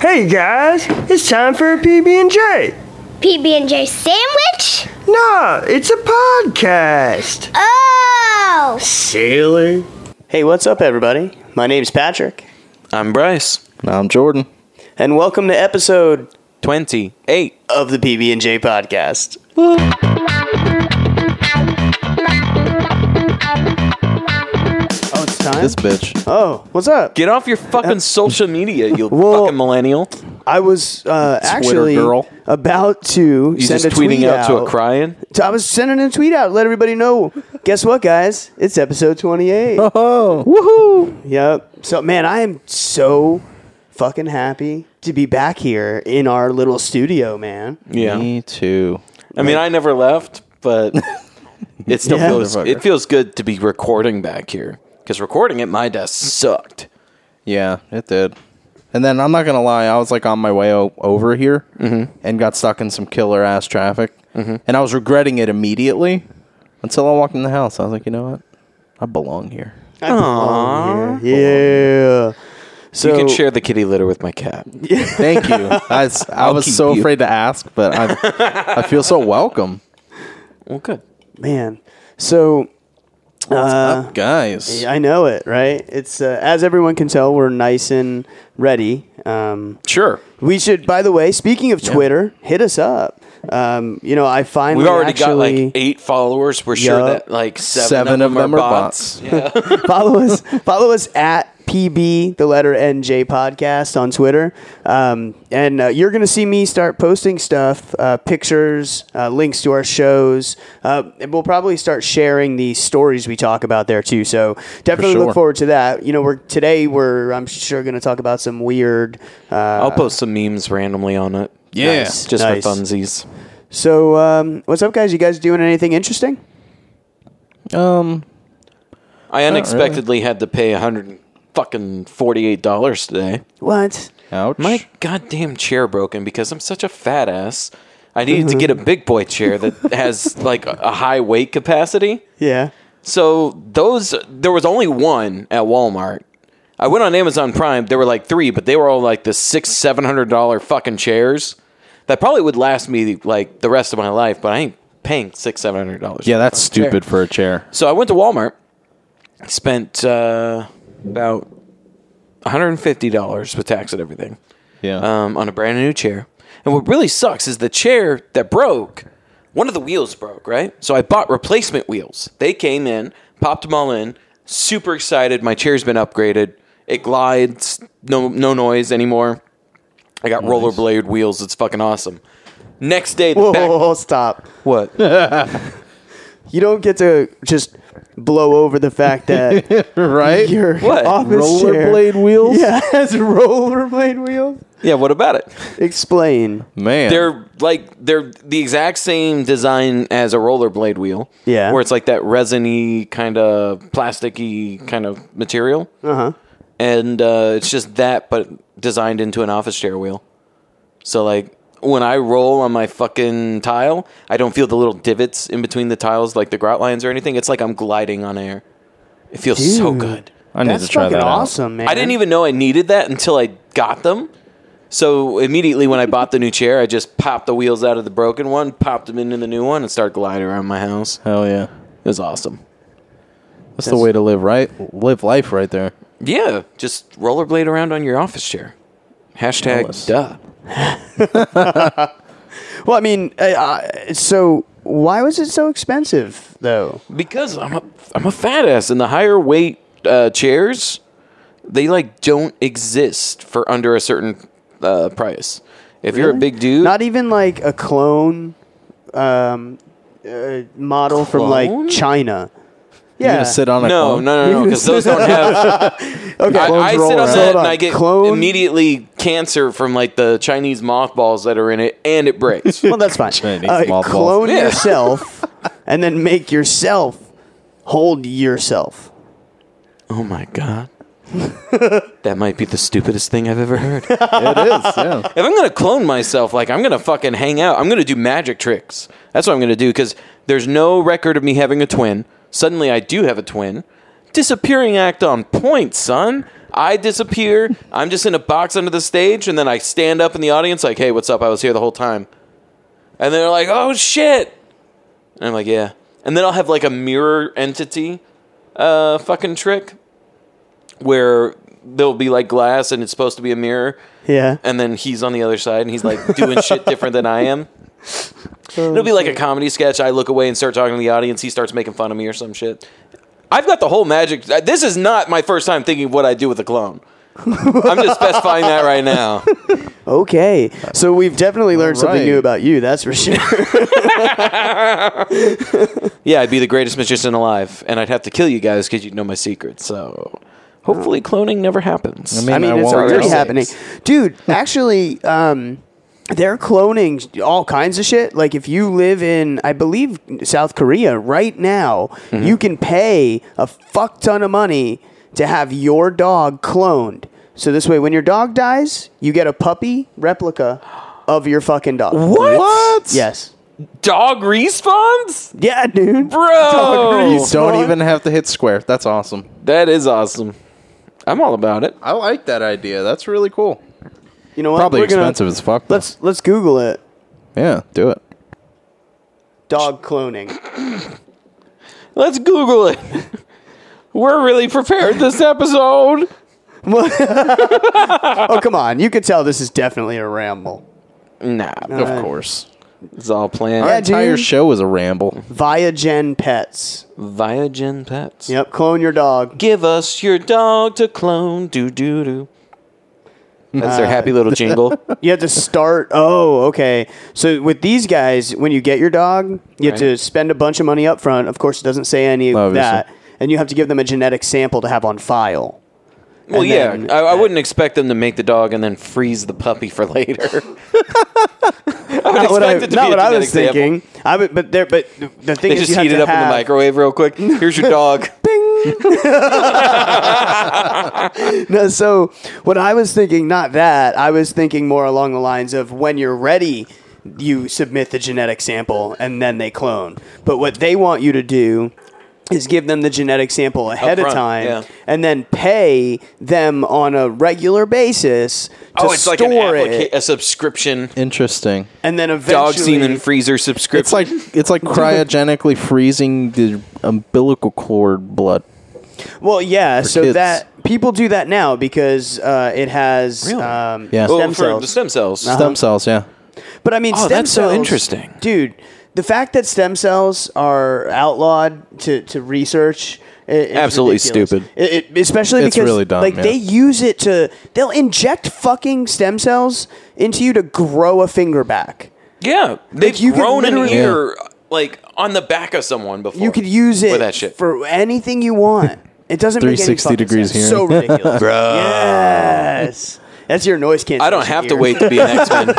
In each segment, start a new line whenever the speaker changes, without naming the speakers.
Hey guys, it's time for a PB&J.
PB&J sandwich?
Nah, it's a podcast.
Oh!
Silly.
Hey, what's up, everybody? My name's Patrick,
I'm Bryce.
I'm Jordan.
and welcome to episode
28.
of the PB and J podcast. Oh, it's time.
This bitch.
oh, what's up?
Get off your fucking social media, you
Well-
fucking millennial.
I was uh, actually
girl.
about to
You
send
just
a tweet
tweeting out to a crying.
I was sending a tweet out, let everybody know. Guess what, guys? It's episode 28.
Oh.
Yep. So, man, I am so fucking happy to be back here in our little studio, man.
Yeah.
Me too.
I mean, I never left, but it still
Yeah.
feels it feels good to be recording back here cuz recording at my desk sucked.
Yeah, it did. And then I'm not gonna lie, I was like on my way o- over here and got stuck in some killer ass traffic, and I was regretting it immediately until I walked in the house. I was like, you know what? I belong here.
I belong here. Oh, Yeah. So
you can share the kitty litter with my cat.
Thank you. I, s- I was
keep
so
you.
afraid to ask, but I I feel so welcome,
Well, good.
man. So uh,
guys.
I know it, right? It's uh, as everyone can tell, we're nice and ready. Um,
Sure.
we should, by the way. Speaking of Twitter, hit us up. Um, you know, I finally
We've already got
actually
like 8 followers. We're sure
Yeah.
that like 7,
Seven
of, them are bots.
bots.
follow us. Follow us at pb the letter nj podcast on Twitter, um, and uh, you're gonna see me start posting stuff, uh, pictures, uh, links to our shows, uh, and we'll probably start sharing the stories we talk about there too. So definitely
sure.
look forward to that. You know, we're today we're I'm sure gonna talk about some weird. Uh,
I'll post some memes randomly on it.
Yeah.
Nice.
Just
Nice.
for funsies.
so um, what's up, guys? You guys doing anything interesting?
Um,
I unexpectedly had to pay a hundred and fucking forty-eight dollars today.
What?
ouch.
My goddamn chair broken because I'm such a fat ass. I needed to get a big boy chair that has like a- a high weight capacity.
Yeah.
So those there was only one at Walmart. I went on Amazon Prime. There were like three, but they were all like the six, seven hundred dollar fucking chairs that probably would last me like the rest of my life. But I ain't paying six, seven hundred dollars.
Yeah, that's stupid for a chair.
So I went to Walmart, spent uh, about $150 with tax and everything
Yeah.
um, on a brand new chair. And what really sucks is the chair that broke, one of the wheels broke, right? So I bought replacement wheels. They came in, popped them all in, super excited. My chair's been upgraded. It glides, no, no noise anymore. I got rollerblade wheels. It's fucking awesome. Next day, the
Whoa,
back.
whoa, whoa, stop.
What?
You don't get to just blow over the fact that
right.
your
What?
office
Rollerblade
chair.
wheels.
Yeah, has rollerblade wheels.
Yeah, what about it?
Explain.
Man.
They're like they're the exact same design as a rollerblade wheel.
Yeah.
Where it's like that resiny kind of plasticky kind of material.
Uh huh.
And uh, it's just that but designed into an office chair wheel. So like when I roll on my fucking tile, I don't feel the little divots in between the tiles like the grout lines or anything. It's like I'm gliding on air. It feels so
Dude.
good.
I need
That's
to try
fucking
that out.
awesome, man.
I didn't even know I needed that until I got them. So immediately when I bought the new chair, I just popped the wheels out of the broken one, popped them into the new one, and started gliding around my house.
Hell yeah.
It was awesome.
That's, the way to live, right? Live life right there.
Yeah, just rollerblade around on your office chair. Hashtag
Jealous.
duh.
Well, I mean, uh, uh, so why was it so expensive though?
Because I'm a I'm a fat ass, and the higher weight uh, chairs, they like don't exist for under a certain uh, price. If you're a big dude,
Not even like a clone um, uh, model from
Clone?
like China.
You're
Yeah.
gonna sit on a
no, no,
clone?
no, no, because those don't have
okay.
I, I sit
roll around.
on that
Hold
and
on.
I get
Clone?
immediately cancer from like the Chinese mothballs that are in it, and it breaks.
Well, that's fine.
Chinese
Uh,
mothballs.
clone
Yeah.
yourself, and then make yourself hold yourself.
oh my god, that might be the stupidest thing I've ever heard. if
It is. Yeah.
I'm gonna clone myself, like I'm gonna fucking hang out. I'm gonna do magic tricks. That's what I'm gonna do because there's no record of me having a twin. Suddenly, I do have a twin. Disappearing act on point, son. I disappear. I'm just in a box under the stage, and then I stand up in the audience, like, "Hey, what's up? I was here the whole time." And they're like, "Oh shit!" And I'm like, "Yeah." And then I'll have like a mirror entity, uh, fucking trick, where there'll be like glass, and it's supposed to be a mirror,
Yeah.
and then he's on the other side, and he's like doing shit different than I am. It'll be like a comedy sketch. I look away and start talking to the audience. He starts making fun of me or some shit. I've got the whole magic. uh, This is not my first time thinking of what I do with a clone. I'm just specifying that right now.
Okay. So we've definitely learned something
right.
new about you, that's for sure.
Yeah, I'd be the greatest magician alive, and I'd have to kill you guys because you'd know my secrets. So hopefully, cloning never happens.
I
Oh. I
mean-
mean,
I mean, it's
I won't
already
really.
happening, dude. Actually, um, they're cloning all kinds of shit. Like if you live in, I believe South Korea right now, you can pay a fuck ton of money to have your dog cloned. So this way, when your dog dies, you get a puppy replica of your fucking dog.
What? What?
Yes.
dog respawns,
Yeah, dude.
bro.
You don't even have to hit square. That's awesome.
That is awesome. I'm all about it.
I like that idea. That's really cool.
You know what?
Probably
We're gonna-
expensive as fuck. though.
Let's let's Google it.
yeah, do it.
Dog cloning.
Let's Google it. We're really prepared this episode.
oh come on! You could tell this is definitely a ramble.
Nah,
Of course.
it's all planned.
Yeah,
Entire
dude.
show is a ramble.
Via Gen Pets.
Viagen Pets.
Yep, clone your dog.
Give us your dog to clone. Do do do. That's their happy
Uh,
little jingle.
You have to start. Oh, okay. So with these guys, when you get your dog, you have to
Right.
spend a bunch of money up front. Of course, it doesn't say any of
Obviously.
that, and you have to give them a genetic sample to have on file.
well,
And
yeah,
then-
I, I wouldn't expect them to make the dog and then freeze the puppy for later. I would
Not what I,
expect it to
not
be a
what I was
genetic sample.
thinking. I would, but there, but the thing
They
is,
just
you have
heat it
to
up in
have-
the microwave real quick. Here's your dog.
No, so what I was thinking, not that. I was thinking more along the lines of when you're ready, you submit the genetic sample and then they clone. But what they want you to do is give them the genetic sample ahead of
front,
time
yeah.
and then pay them on a regular basis to
Oh, it's
store
like an applica-
it
a subscription.
Interesting.
and then eventually
Dog semen freezer
It's
subscription.
like it's like cryogenically freezing the umbilical cord blood.
Well, yeah, so
kids.
that people do that now because uh, it has
Really?
um,
Yeah.
stem
oh, for
cells. Uh-huh.
the stem cells.
Stem cells, yeah.
But I mean,
Oh,
stem
that's so
cells-
interesting.
dude. The fact that stem cells are outlawed to, to research i- is
Absolutely
ridiculous.
stupid.
It, it- especially
It's
because
really dumb,
like
yeah.
they use it to they'll inject fucking stem cells into you to grow a finger back.
Yeah, they've
you can
grown an
literally-
ear like on the back of someone before.
You could use it
for that shit.
for anything you want. It doesn't make any
360
fucking
degrees
sense.
hearing.
So ridiculous, bro. Yes, that's your noise cancellation.
I don't have to
ear.
wait to be an X Men.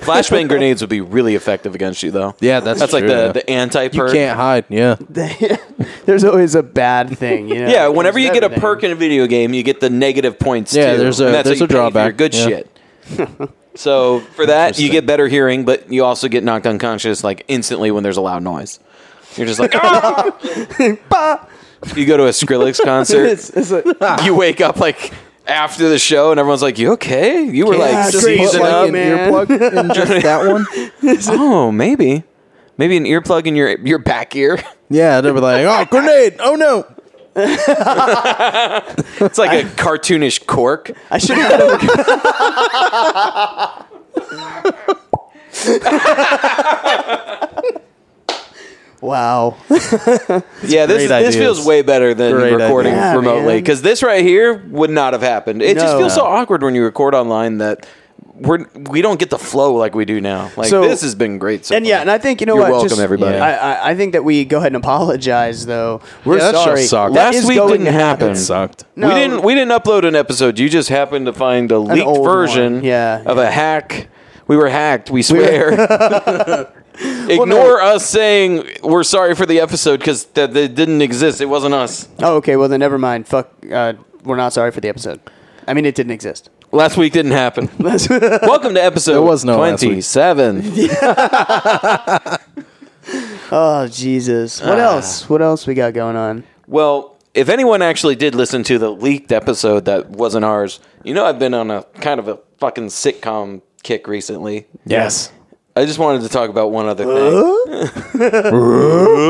Flashbang grenades would be really effective against you, though.
Yeah, that's
that's like
true,
the
yeah.
the anti
You
perk.
can't hide, yeah.
There's always a bad thing. You know?
Yeah, whenever
There's
you get a
everything.
perk in a video game, you get the negative points.
Yeah,
too,
there's a-
and that's
there's
how
a
you pay for your
drawback,
good
yeah.
shit. So for that, you
Interesting.
get better hearing, but you also get knocked unconscious like instantly when there's a loud noise. You're just like, "Ah!" you go to a Skrillex concert,
It's, it's like,
you wake up like after the show and everyone's like, "You okay?" You were
Yeah,
like
just
seizing
put, like,
Ah, up.
an man.
earplug in just that one.
oh, maybe, maybe an earplug in your your back ear.
Yeah, they were like, oh, grenade! Oh no!
It's like a cartoonish cork.
I should have. had a- wow.
Yeah, this
Great
this
ideas.
feels way better than
Great
recording
ideas. Yeah,
remotely
man.
because this right here would not have happened. It just
No.
feels so awkward when you record online that. We're, we don't get the flow like we do now. Like
So-
this has been great. So
And
far.
yeah, and I think you know
You're
what.
welcome,
just-
everybody.
I, I, I think that we go ahead and apologize, though. We're
Yeah, that show
sorry.
sucked.
That
Last
is
week
going
didn't
to
happen.
It sucked.
we
No.
didn't we didn't upload an episode. You just happened to find a leaked
old
version
one. Yeah,
of a hack. We were hacked, we swear. Ignore us saying we're sorry for the episode because that that didn't exist. It wasn't us.
Oh, okay. Well, then never mind. Fuck. Uh, we're not sorry for the episode. I mean, it didn't exist.
Last week didn't happen. Welcome to episode
There was no last week.
27.
Ah. oh Jesus. What else? What else we got going on?
well, if anyone actually did listen to the leaked episode that wasn't ours, you know I've been on a kind of a fucking sitcom kick recently.
Yes.
I just wanted to talk about one other thing.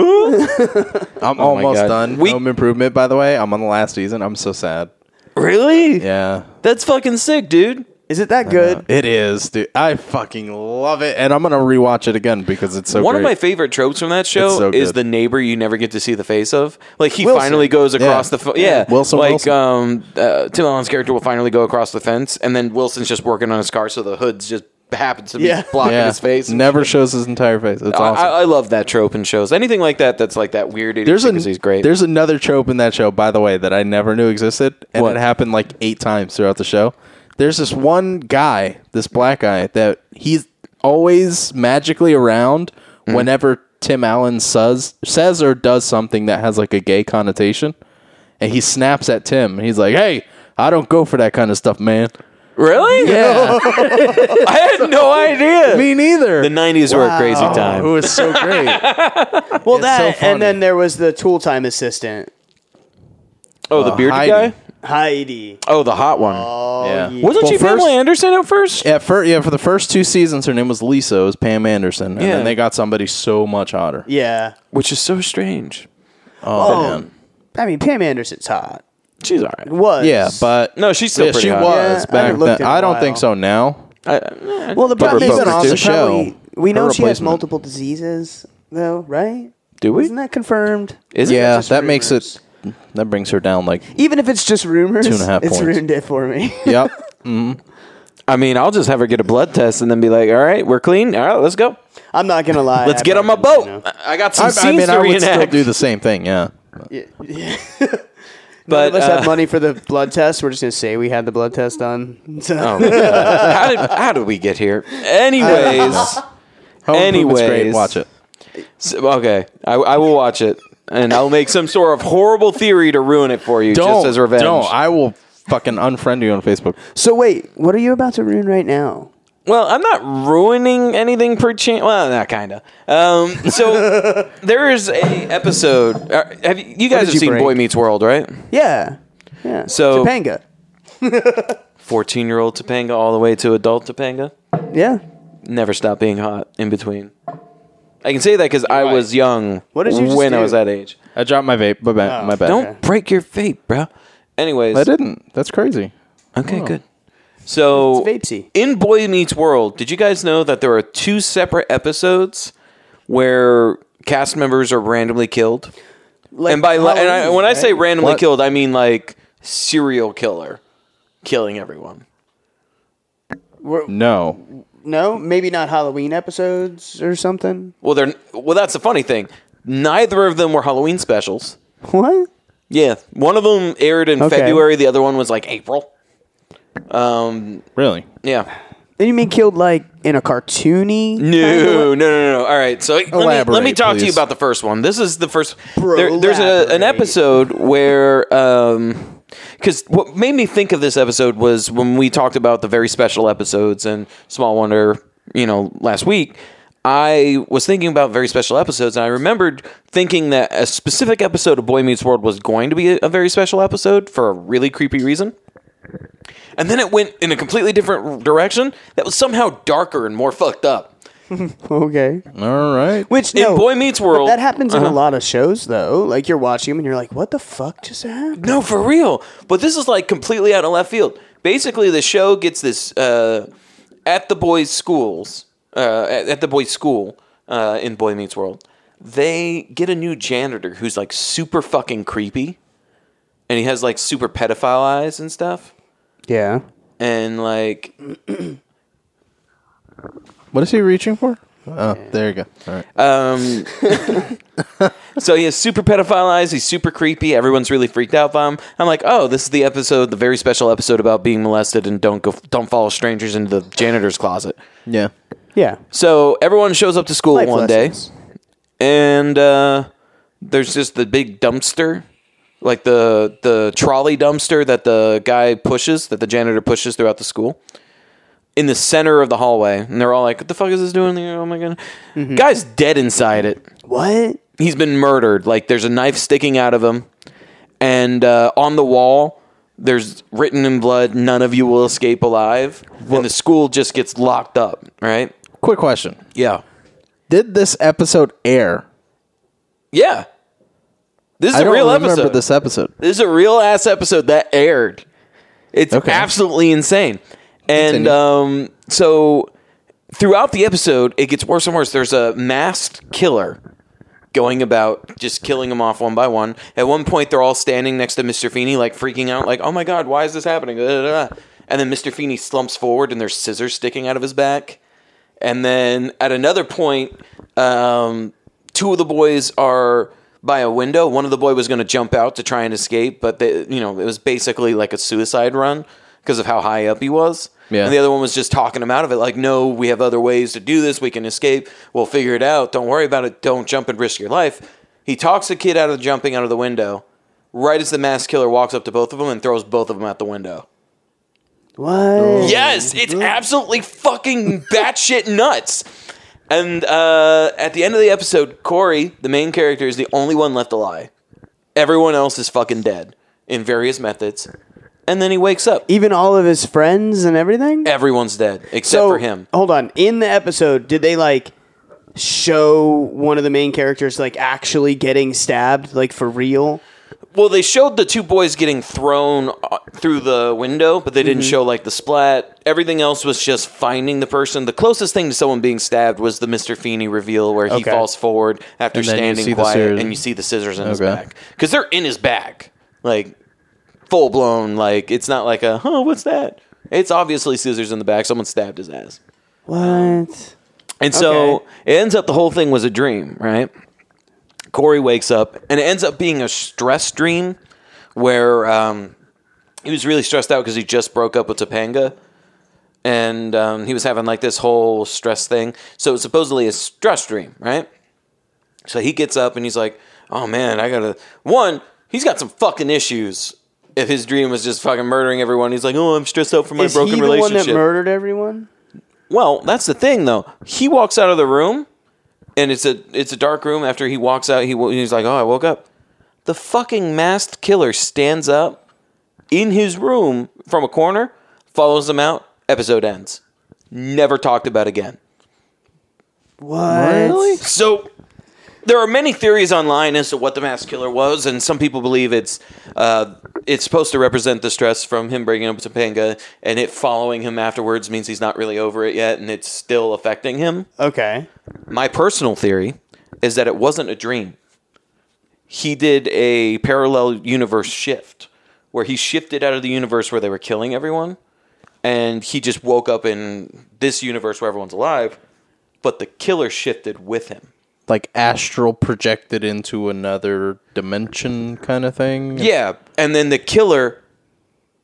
I'm
my
almost
God.
done.
We-
Home Improvement, by the way. I'm on the last season. I'm so sad.
Really?
Yeah.
That's fucking sick, dude.
Is it that good?
It is, dude. I fucking love it, and I'm gonna rewatch it again because it's so.
One of
great.
my favorite tropes from that show
It's so
is
good.
the neighbor you never get to see the face of. Like he
Wilson.
finally goes across
Yeah.
the fence. yeah,
Wilson,
Like
Wilson.
um, uh, Tim Allen's character will finally go across the fence, and then Wilson's just working on his car, so the hood's just happens to be
Yeah.
blocking
yeah.
his face.
Never shows his entire face. It's
I,
awesome.
I, I love that trope in shows. Anything like that that's like that weird
there's a,
idiocy 'cause he's great.
There's another trope in that show, by the way, that I never knew existed, and
What?
it happened like eight times throughout the show. There's this one guy, this black guy, that he's always magically around
Mm-hmm.
whenever Tim Allen says says or does something that has like a gay connotation, and he snaps at Tim. And he's like, "Hey, I don't go for that kind of stuff, man."
really?
Yeah,
I had no idea.
me neither.
the '90s were a crazy
It
time.
was so great.
well,
It's so
that
funny.
and then there was the tool time assistant
Oh, the bearded
Heidi.
guy.
Heidi.
Oh, the hot one.
yeah.
Wasn't
Well,
she
first-
Pamela Anderson at first?
At first, yeah, for the first two seasons, her name was Lisa. It was Pam Anderson, and
Yeah.
then they got somebody so much hotter.
Yeah.
Which is so strange.
Oh, man.
I mean, Pam Anderson's hot.
She's all right.
Was
yeah, but
No, she's still
yeah,
pretty
she
hot.
was
Yeah, I
back
haven't looked
then.
in a
I don't
while.
think so now.
I- eh.
well, the problem is
even on the
also probably,
show,
we know
her
she has
replacement-
multiple diseases though, right?
Do we?
Isn't that confirmed?
Is it?
yeah,
just
that makes
rumors?
it. That brings her down like.
Even if it's just rumors,
Two and a half
it's
points.
ruined it for me.
yep.
I mean, I'll just have her get a blood test and then be like, "All right, we're clean. All right, let's go.
I'm not gonna lie.
Let's
I've
get on my
never
boat.
been,
I- I got some
I, I
scenes
mean,
to
I would still
reenact."
do the same thing. Yeah.
you know. Yeah. yeah.
but
Let's
uh,
have money for the blood test. We're just gonna say we had the blood test done. So-
how did how did we get here? Anyways,
Home Improvement's
Anyways.
great. watch it.
s- okay, I, I will watch it and I'll make some sort of horrible theory to ruin it for you,
Don't
just as revenge.
Don't. I will fucking unfriend you on Facebook.
so wait, what are you about to ruin right now?
Well, I'm not ruining anything per chance. Well, not kind of. Um, so there is a episode. uh, Have you, you
did
guys have
you
seen
break?
Boy Meets World, right?
Yeah. Yeah.
So-
Topanga.
Fourteen year old Topanga all the way to adult Topanga.
Yeah.
never stop being hot in between. I can say that because I
right.
was young
What did you just
when I
do?
was that age.
I dropped my vape. My bad.
Oh.
My bad.
Don't
Okay.
break your vape, bro. Anyways,
I didn't. That's crazy.
okay, good. So
It's vapesy.
in Boy Meets World, did you guys know that there are two separate episodes where cast members are randomly killed?
Like
and by la- and I,
Halloween,
when I
right?
say randomly
What?
killed, I mean like serial killer killing everyone.
No.
no, maybe not Halloween episodes or something.
Well, they're well. That's the funny thing. Neither of them were Halloween specials.
What?
Yeah, one of them aired in
Okay.
February. The other one was like April.
Really?
Yeah.
And you mean killed like in a cartoony?
No, no, no, no, no. All right. So let me- let me,
Elaborate,
talk to you
please.
about the first one. This is the first.
Bro,
there- there's a,
elaborate.
an episode where, because what made me think of this episode was when we talked about the very special episodes and Small Wonder, you know, last week. I was thinking about very special episodes, and I remembered thinking that a specific episode of Boy Meets World was going to be a, a very special episode for a really creepy reason. And then it went in a completely different direction that was somehow darker and more fucked up.
Okay.
All right.
Which
Mm. In
no,
Boy Meets World- uh-huh.
that happens in a lot of shows though. Like you're watching them and you're like, what the fuck just happened?
No, for real. But this is like completely out of left field. Basically, the show gets this uh, at the boys' schools, uh, at, at the boys' school uh, in Boy Meets World. They get a new janitor who's like super fucking creepy, and he has like super pedophile eyes and stuff,
Yeah.
and like
What is he reaching for? Oh, there you go. All right.
Um, so he has super pedophile eyes. He's super creepy. Everyone's really freaked out by him. I'm like, oh, this is the episode, the very special episode about being molested and don't go, don't follow strangers into the janitor's closet.
yeah.
Yeah.
So everyone shows up to school
Life
one
lessons.
day, and uh, there's just the big dumpster, like the the trolley dumpster that the guy pushes, that the janitor pushes throughout the school, in the center of the hallway. And they're all like, "What the fuck is this doing here? Oh my god!"
Mm-hmm.
Guy's dead inside it
What?
he's been murdered. Like there's a knife sticking out of him, and uh, on the wall there's written in blood, "None of you will escape alive," and the school just gets locked up, right?
Quick question:
Yeah,
Did this episode air?
yeah. This is
I
a
don't
real
remember
episode.
this episode.
This is a real ass episode that aired. It's
Okay.
absolutely insane. And
Continue.
um, so throughout the episode, it gets worse and worse. There's a masked killer going about just killing them off one by one. At one point, they're all standing next to Mr. Feeney, like freaking out, like, oh my God, why is this happening? Da, da, da, da. And then Mr. Feeney slumps forward and there's scissors sticking out of his back. And then at another point, um, two of the boys are by a window. One of the boy was going to jump out to try and escape, but they, you know it was basically like a suicide run because of how high up he was.
Yeah.
And the other one was just talking him out of it, like, "No, we have other ways to do this. We can escape. We'll figure it out. Don't worry about it. Don't jump and risk your life." He talks the kid out of jumping out of the window. Right as the mass killer walks up to both of them and throws both of them out the window. Oh.
What?
Yes, it's absolutely fucking batshit nuts. And uh, at the end of the episode, Corey, the main character, is the only one left alive. Everyone else is fucking dead in various methods. And then he wakes up.
Even all of his friends and everything.
Everyone's dead except for him.
Hold on. In the episode, did they like show one of the main characters like actually getting stabbed, like for real?
Well, they showed the two boys getting thrown uh, through the window, but they
Mm-hmm.
didn't show like the splat. Everything else was just finding the person. The closest thing to someone being stabbed was the Mister Feeney reveal, where he
Okay.
falls forward after
And then you
standing
see the
quiet,
scissors.
and you see the scissors in his
Okay.
back because they're in his back, like full blown. Like it's not like a huh, what's that? It's obviously scissors in the back. Someone stabbed his ass.
What?
And so
Okay.
it ends up the whole thing was a dream, right? Corey wakes up, and it ends up being a stress dream where um, he was really stressed out because he just broke up with Topanga, and um, he was having like this whole stress thing. So it's supposedly a stress dream, right? So he gets up and he's like, "Oh man, I gotta." One, he's got some fucking issues. If his dream was just fucking murdering everyone, he's like, "Oh, I'm stressed out from my
Is
broken
he the one
relationship."
that murdered everyone?
Well, that's the thing though. He walks out of the room, and it's a it's a dark room. After he walks out, he wo- he's like, "Oh, I woke up." The fucking masked killer stands up in his room from a corner, follows him out. Episode ends. Never talked about again.
What?
So there are many theories online as to what the mass killer was, and some people believe it's uh, it's supposed to represent the stress from him breaking up with Topanga, and it following him afterwards means he's not really over it yet, and it's still affecting him.
Okay.
My personal theory is that it wasn't a dream. He did a parallel universe shift where he shifted out of the universe where they were killing everyone and he just woke up in this universe where everyone's alive, but the killer shifted with him.
Like astral projected into another dimension, kind of thing.
Yeah, and then the killer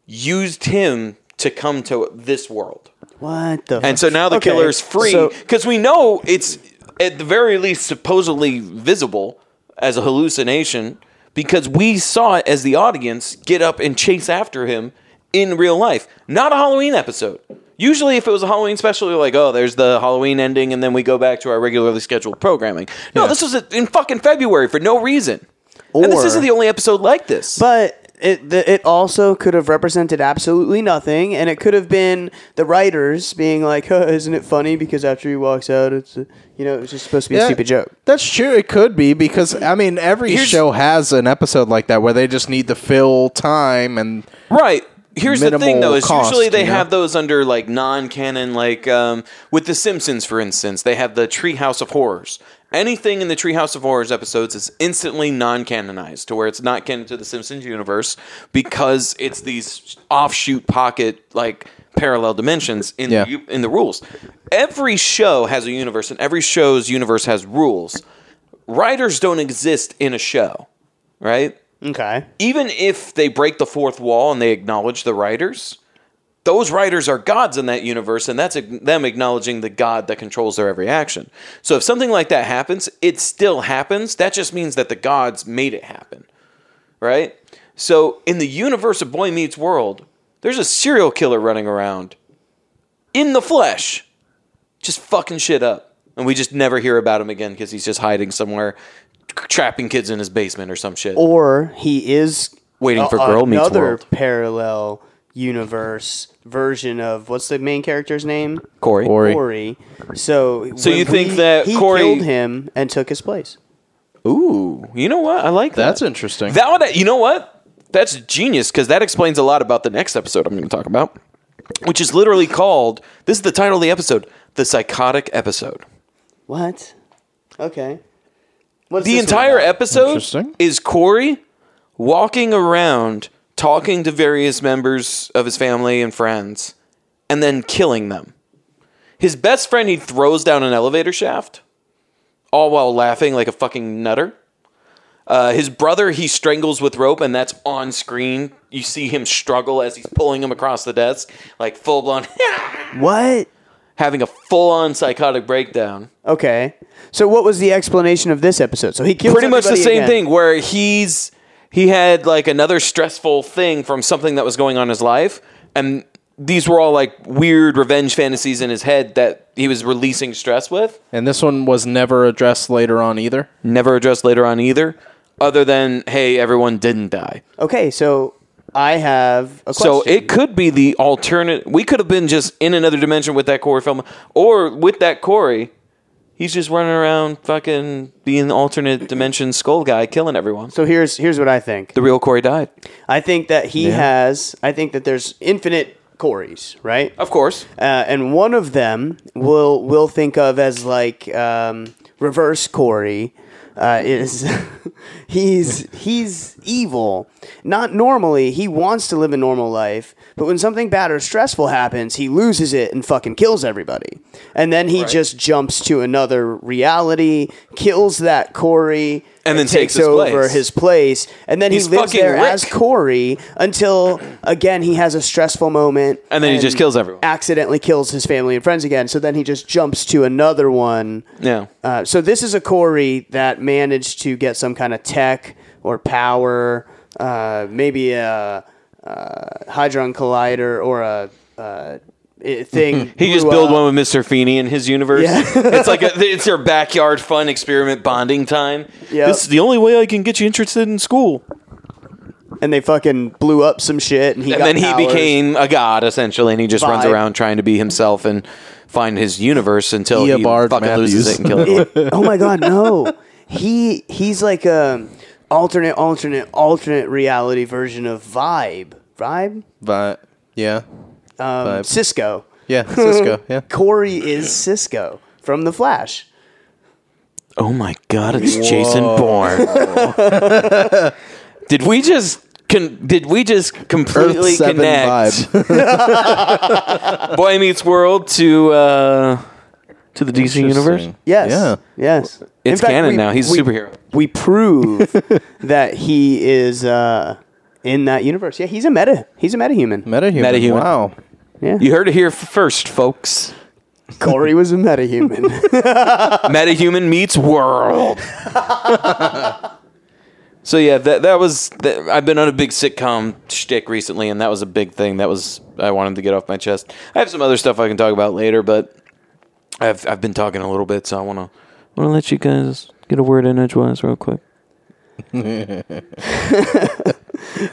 used him to come to this world.
What the?
And so now the
Okay,
killer's free
so-
because we know it's at the very least supposedly visible as a hallucination because we saw it as the audience get up and chase after him in real life. Not a Halloween episode. Usually, if it was a Halloween special, you're like, oh, there's the Halloween ending, and then we go back to our regularly scheduled programming. No,
Yeah.
this was in fucking February for no reason. and this
Or-
isn't the only episode like this.
But it the, it also could have represented absolutely nothing, and it could have been the writers being like, huh, "Isn't it funny?" Because after he walks out, it's uh, you know it was just supposed to be a stupid joke.
That's true. It could be because I mean every
Here's-
show has an episode like that where they just need to fill time and
Right. Here's the thing,
minimal
though, is
cost,
usually they
you know?
have those under like non-canon, like um, with The Simpsons, for instance, they have the Treehouse of Horrors. Anything in the Treehouse of Horrors episodes is instantly non-canonized, to where it's not canon to the Simpsons universe because it's these offshoot pocket like parallel dimensions in
Yeah.
the, u- in the rules. Every show has a universe, and every show's universe has rules. Writers don't exist in a show, right?
Okay.
even if they break the fourth wall and they acknowledge the writers, those writers are gods in that universe, and that's ag- them acknowledging the god that controls their every action. So if something like that happens, it still happens. That just means that the gods made it happen, right? So in the universe of Boy Meets World, there's a serial killer running around in the flesh, just fucking shit up. And we just never hear about him again because he's just hiding somewhere, trapping kids in his basement or some shit.
Or he is
waiting for
a-
Girl Meets
another
World.
parallel universe version of what's the main character's name?
Corey.
Corey.
Corey. So,
So
when
you think
we-
that
he
Corey-
killed him and took his place?
Ooh, you know what? I like that.
That's interesting.
That one, you know what? That's genius because that explains a lot about the next episode I'm going to talk about, which is literally called this is the title of the episode, The Psychotic Episode.
What? Okay. What's
The
this one
entire
about?
episode
Interesting.
is Corey walking around, talking to various members of his family and friends, and then killing them. His best friend he throws down an elevator shaft, all while laughing like a fucking nutter. Uh, his brother he strangles with rope, and that's on screen. You see him struggle as he's pulling him across the desk, like full blown,
What?
having a full on psychotic breakdown.
Okay. So what was the explanation of this episode? So he killed
pretty much the same thing where he's he had like another stressful thing from something that was going on in his life and these were all like weird revenge fantasies in his head that he was releasing stress with
and this one was never addressed later on either.
never addressed later on either other than hey everyone didn't die
Okay, so I have a question.
so it could be the alternate we could have been just in another dimension with that corey film or with that corey he's just running around fucking being the alternate dimension skull guy killing everyone
so here's here's what I think.
the real corey died
I think that he has. I think that there's infinite Corys, right?
of course
uh, and one of them will will think of as like um, reverse Corey uh, is he's he's evil. Not normally, he wants to live a normal life, but when something bad or stressful happens, he loses it and fucking kills everybody. And then he just jumps to another reality, kills that Corey. uh,
And then
takes,
takes his
over
place.
his place, and then
He's
he lives
fucking
there as
Rick.
Corey until again he has a stressful moment,
And then he just kills everyone.
Accidentally kills his family and friends again. So then he just jumps to another one.
yeah
Uh, so this is a Corey that managed to get some kind of tech or power, uh, maybe a, uh hadron collider or a. Uh, i- thing
He just
blew
build
up.
one with Mr. Feeney in his universe. it's like a, it's your backyard fun experiment bonding time.
Yep.
This is the only way I can get you interested in school.
and they fucking blew up some shit and he
And
got
then he
powers.
became a god essentially, and he just runs
Vibe.
around trying to be himself and find his universe until he
Eobard
fucking loses it
Matthews.
and kills everyone.
oh my god, no. He he's like a alternate, alternate, alternate reality version of Vibe. Vibe?
But yeah,
Um,
Vibe.
Cisco.
yeah, Cisco. Yeah,
Corey is Cisco from The Flash.
Oh my god, it's Jason Bourne. did we just con- did we just completely
Earth seven
connect Boy Meets World to uh, to the DC universe?
Yes.
Yeah.
Yes. In
It's
fact,
canon
we-
now. He's a
we-
superhero.
We prove that he is uh, in that universe. Yeah, he's a meta. He's a metahuman.
Metahuman.
Metahuman.
Wow.
yeah.
You heard it here f- first, folks.
Corey was a metahuman.
Metahuman meets world. so yeah, that that was. That, I've been on a big sitcom shtick recently, and that was a big thing. That was I wanted to get off my chest. I have some other stuff I can talk about later, but I've I've been talking a little bit, so I want to want to let you guys get a word in edgewise real quick.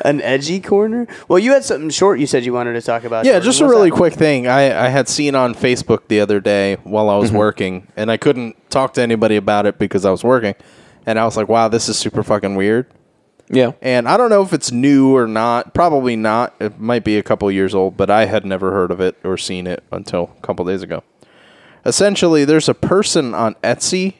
An edgy corner? Well, you had something short you said you wanted to talk about.
Yeah,
Jordan.
just a
What's
really
that?
quick thing. I, I had seen on Facebook the other day while I was
Mm-hmm.
working, and I couldn't talk to anybody about it because I was working. And I was like, wow, this is super fucking weird.
Yeah,
And I don't know if it's new or not. Probably not. It might be a couple years old, but I had never heard of it or seen it until a couple days ago. Essentially, there's a person on Etsy,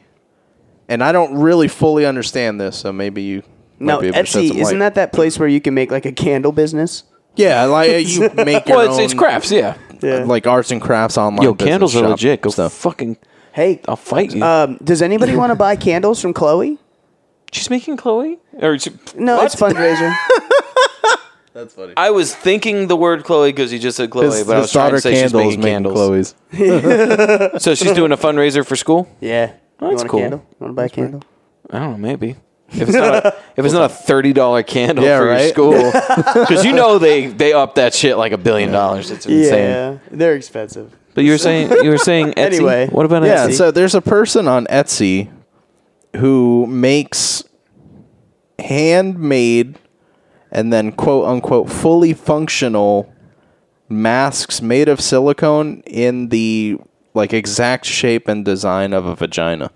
and I don't really fully understand this, so maybe you. might
No,
be able to shed
Etsy
some
isn't
light.
that that place where you can make like a candle business?
Yeah, like you make your
well, it's, it's
own,
crafts. Yeah,
Yeah.
like arts and crafts online.
yo,
business
candles are
shop
legit. Go
stuff.
fucking.
Hey,
Oh,
I'll fight you.
Uh,
um, does anybody want to buy candles from Chloe?
She's making Chloe, or she-
No,
What?
it's fundraiser.
That's funny.
I was thinking the word Chloe because you just said Chloe,
His,
but I was
his
trying to
daughter
say she's
candles
making
making
candles.
Chloe's.
So she's doing a fundraiser for school.
yeah, you
that's
want a
cool.
candle? You want to buy a candle?
I don't know, maybe if it's not a, if it's not a thirty dollar candle
Yeah,
for your
right?
school, because you know they they up that shit like a billion dollars. It's insane.
Yeah, they're expensive.
But you were saying you were saying Etsy.
Anyway.
what about
Yeah,
Etsy?
so there's a person on Etsy who makes handmade and then quote unquote fully functional masks made of silicone in the like exact shape and design of a vagina.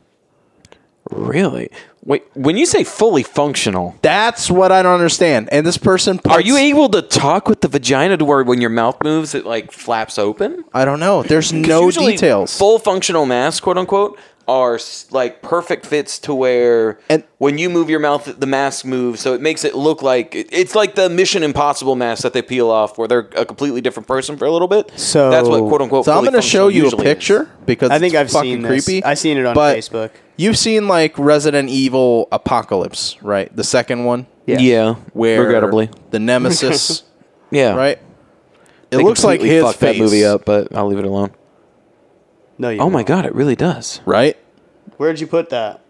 Really? Wait, when you say fully functional,
That's what I don't understand. And this person puts,
are you able to talk with the vagina to where when your mouth moves, it like flaps open?
I don't know. There's
'Cause
no
usually
details.
Full functional masks, quote unquote, are s- like perfect fits to where
And-
when you move your mouth, the mask moves, so it makes it look like it- it's like the Mission Impossible mask that they peel off, where they're a completely different person for a little bit.
So-
that's what quote unquote.
so I'm
fully
going to show
functional
you a
usually is.
picture because
I think
it's
I've
fucking
seen this.
creepy.
I've seen it on
but
Facebook.
You've seen like Resident Evil Apocalypse, right? The second one,
Yes.
Yeah,
where
regrettably,
the Nemesis,
yeah,
right? It
They
looks like
completely
his
fucked
face,
that movie up, but I'll leave it alone.
No, you.
Oh my god, it really does.
right?
Where'd you put that?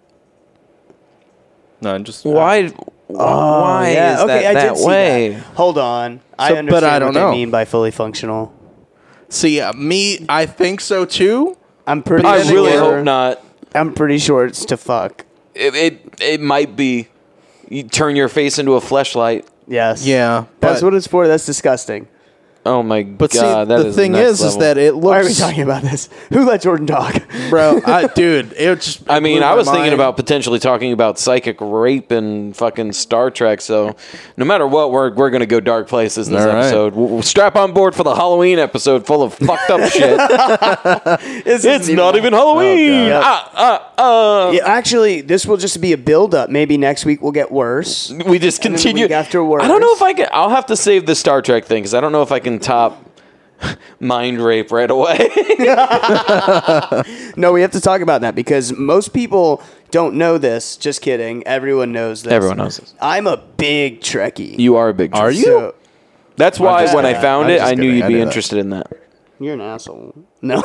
No, I'm just
Why?
oh,
why is that that way?
that. Hold on. I
So- but
understand
I don't
what
know.
they mean by fully functional.
See, uh, me, I think so too.
I'm pretty.
I
sure,
really hope not.
I'm pretty sure it's to fuck.
It, it it might be. You turn your face into a fleshlight.
Yes.
Yeah,
That's
but-
what it's for. That's disgusting.
Oh my
But
god!
see,
that
the thing
next
is, is
level.
that it looks.
Why are we talking about this? Who let Jordan talk?
bro? I, dude, it just.
I mean,
blew
I
my
was thinking
mind.
about potentially talking about psychic rape and fucking Star Trek. So, no matter what, we're we're gonna go dark places this
All right.
episode. We'll, we'll strap on board for the Halloween episode full of fucked up
Oh,
shit.
This
It's
isn't
not even Halloween.
Yep.
ah, ah, ah.
Yeah, actually, this will just be a build up. Maybe next week we'll get worse.
We just
then the
continue
week afterwards.
I don't know if I can. I'll have to save the Star Trek thing because I don't know if I can top mind rape right away.
No, we have to talk about that because most people don't know this. Just kidding. Everyone knows this.
Everyone knows this.
I'm a big Trekkie.
you are a big.
Are you?
So-
That's why
just
when I
kidding.
found
I'm
it,
just
I knew
kidding.
you'd
I
be
knew that.
interested in that.
You're an asshole. No.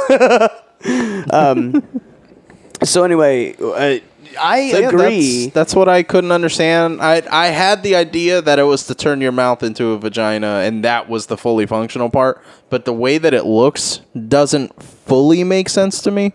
um. So anyway, uh, I
Yeah,
agree.
That's, that's what I couldn't understand. I I had the idea that it was to turn your mouth into a vagina, and that was the fully functional part. But the way that it looks doesn't fully make sense to me.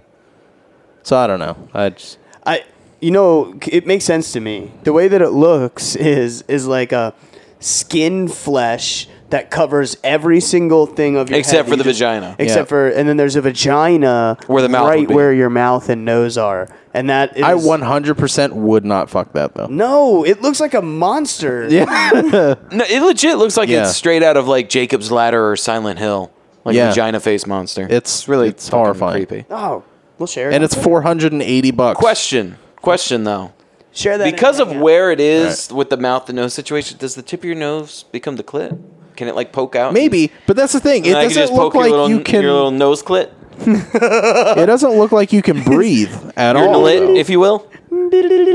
So I don't know. I just
I, you know, c- it makes sense to me. The way that it looks is is like a skin flesh that covers every single thing of your
Except
head
for
You
the vagina.
Except
Yeah.
for, and then there's a vagina
Where the mouth
right
would be.
where your mouth and nose are, and that is,
I 100% would not fuck that though.
No, it looks like a monster.
No, it legit looks like
Yeah.
it's straight out of like Jacob's Ladder or Silent Hill, like
Yeah.
vagina face monster.
It's- it's
fucking
horrifying.
creepy.
Oh, we'll share. it
And
on
it's
Twitter.
480 bucks.
Question, question though,
share that in
because
your
of
hangout.
where it is with the mouth and nose situation, does the tip of your nose become the clit? Can it like poke out?
Maybe, but that's the thing. It
And I can just
doesn't
poke
look
your
like
little,
you can.
your little nose clit,
it doesn't look like you can breathe at
your
all.
clit,
though.
if you will.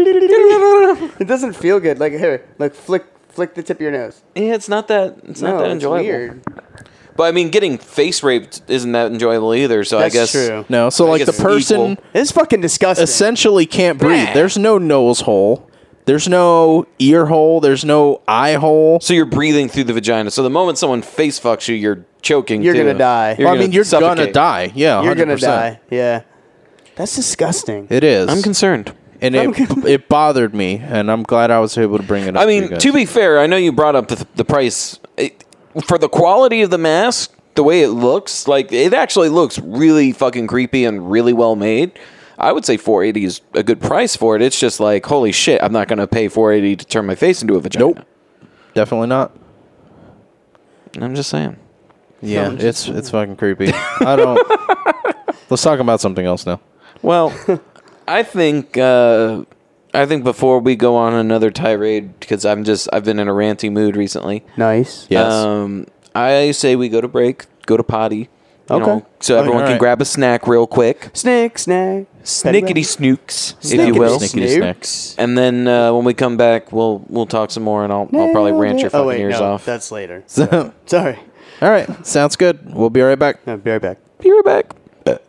It doesn't feel good. Like here, like flick, flick the tip of your nose.
Yeah, it's not that. It's not
no,
that
it's
enjoyable.
weird.
But I mean, getting face raped isn't that enjoyable either. So
That's
I guess
true.
no, so
I
like the
guess it's
person
equal.
It's fucking disgusting.
essentially can't breathe. There's no nose hole. There's no ear hole. There's no eye hole.
So you're breathing through the vagina. So the moment someone face fucks you, you're choking.
You're
too.
gonna die.
Well, I mean, you're gonna
suffocate.
die. Yeah,
You're gonna
100%.
die. Yeah, that's disgusting.
It is.
I'm concerned.
and it, it bothered me, and I'm glad I was able to bring it up.
I
you
mean,
guys.
to be fair, I know you brought up the, the price it, for the quality of the mask, the way it looks. Like it actually looks really fucking creepy and really well made. I would say 480 is a good price for it. It's just like, holy shit, I'm not going to pay 480 to turn my face into a vagina.
nope, definitely not.
I'm just saying.
Yeah, it's it's fucking creepy. I don't. Let's talk about something else now.
Well, I think uh, I think before we go on another tirade because I'm just I've been in a ranty mood recently.
Nice.
Yes.
Um, I say we go to break, go to potty. you
Okay.
know, so
Okay,
everyone can
alright.
grab a snack real quick.
Snick, snack.
Snickety snooks, if you will.
Snickety
Snickety
Snoop.
snacks.
And then uh, when we come back, we'll we'll talk some more, and I'll I'll probably rant your fucking
oh, wait,
ears
no,
off.
That's later.
all
Sorry.
right, sounds good. We'll be right back.
No, be right back.
Be right back.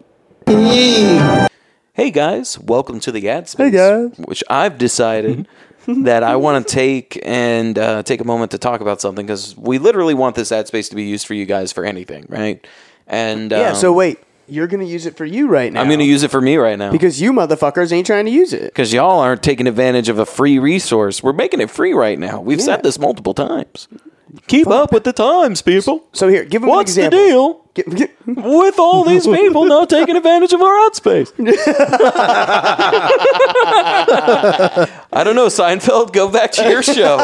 Hey guys, welcome to the ad space.
guys.
Which I've decided that I want to take and uh, take a moment to talk about something because we literally want this ad space to be used for you guys for anything, right? And
Yeah.
um,
So wait, You're gonna use it for you right now.
I'm going to use it for me right now.
because you motherfuckers ain't trying to use it.
because y'all aren't taking advantage of a free resource. We're making it free right now. We've
Yeah.
said this multiple times. Keep up with the times, people.
So here, give them
What's
an
the
example.
deal
Give- give-
with all these people not taking advantage of our ad space? I don't know, Seinfeld. Go back to your show.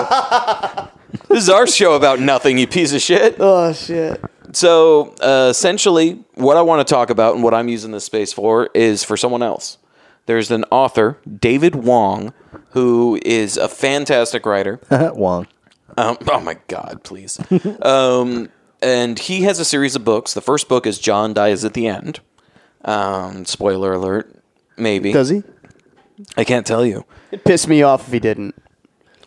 this is our show about nothing, you piece of shit.
oh shit.
So uh, essentially, what I want to talk about and what I'm using this space for is for someone else. There's an author, David Wong, who is a fantastic writer.
Wong.
Um, oh my God, please. um, and he has a series of books. The first book is John Dies at the End. Um, spoiler alert, maybe.
Does he?
I can't tell you.
It'd piss me off if he didn't.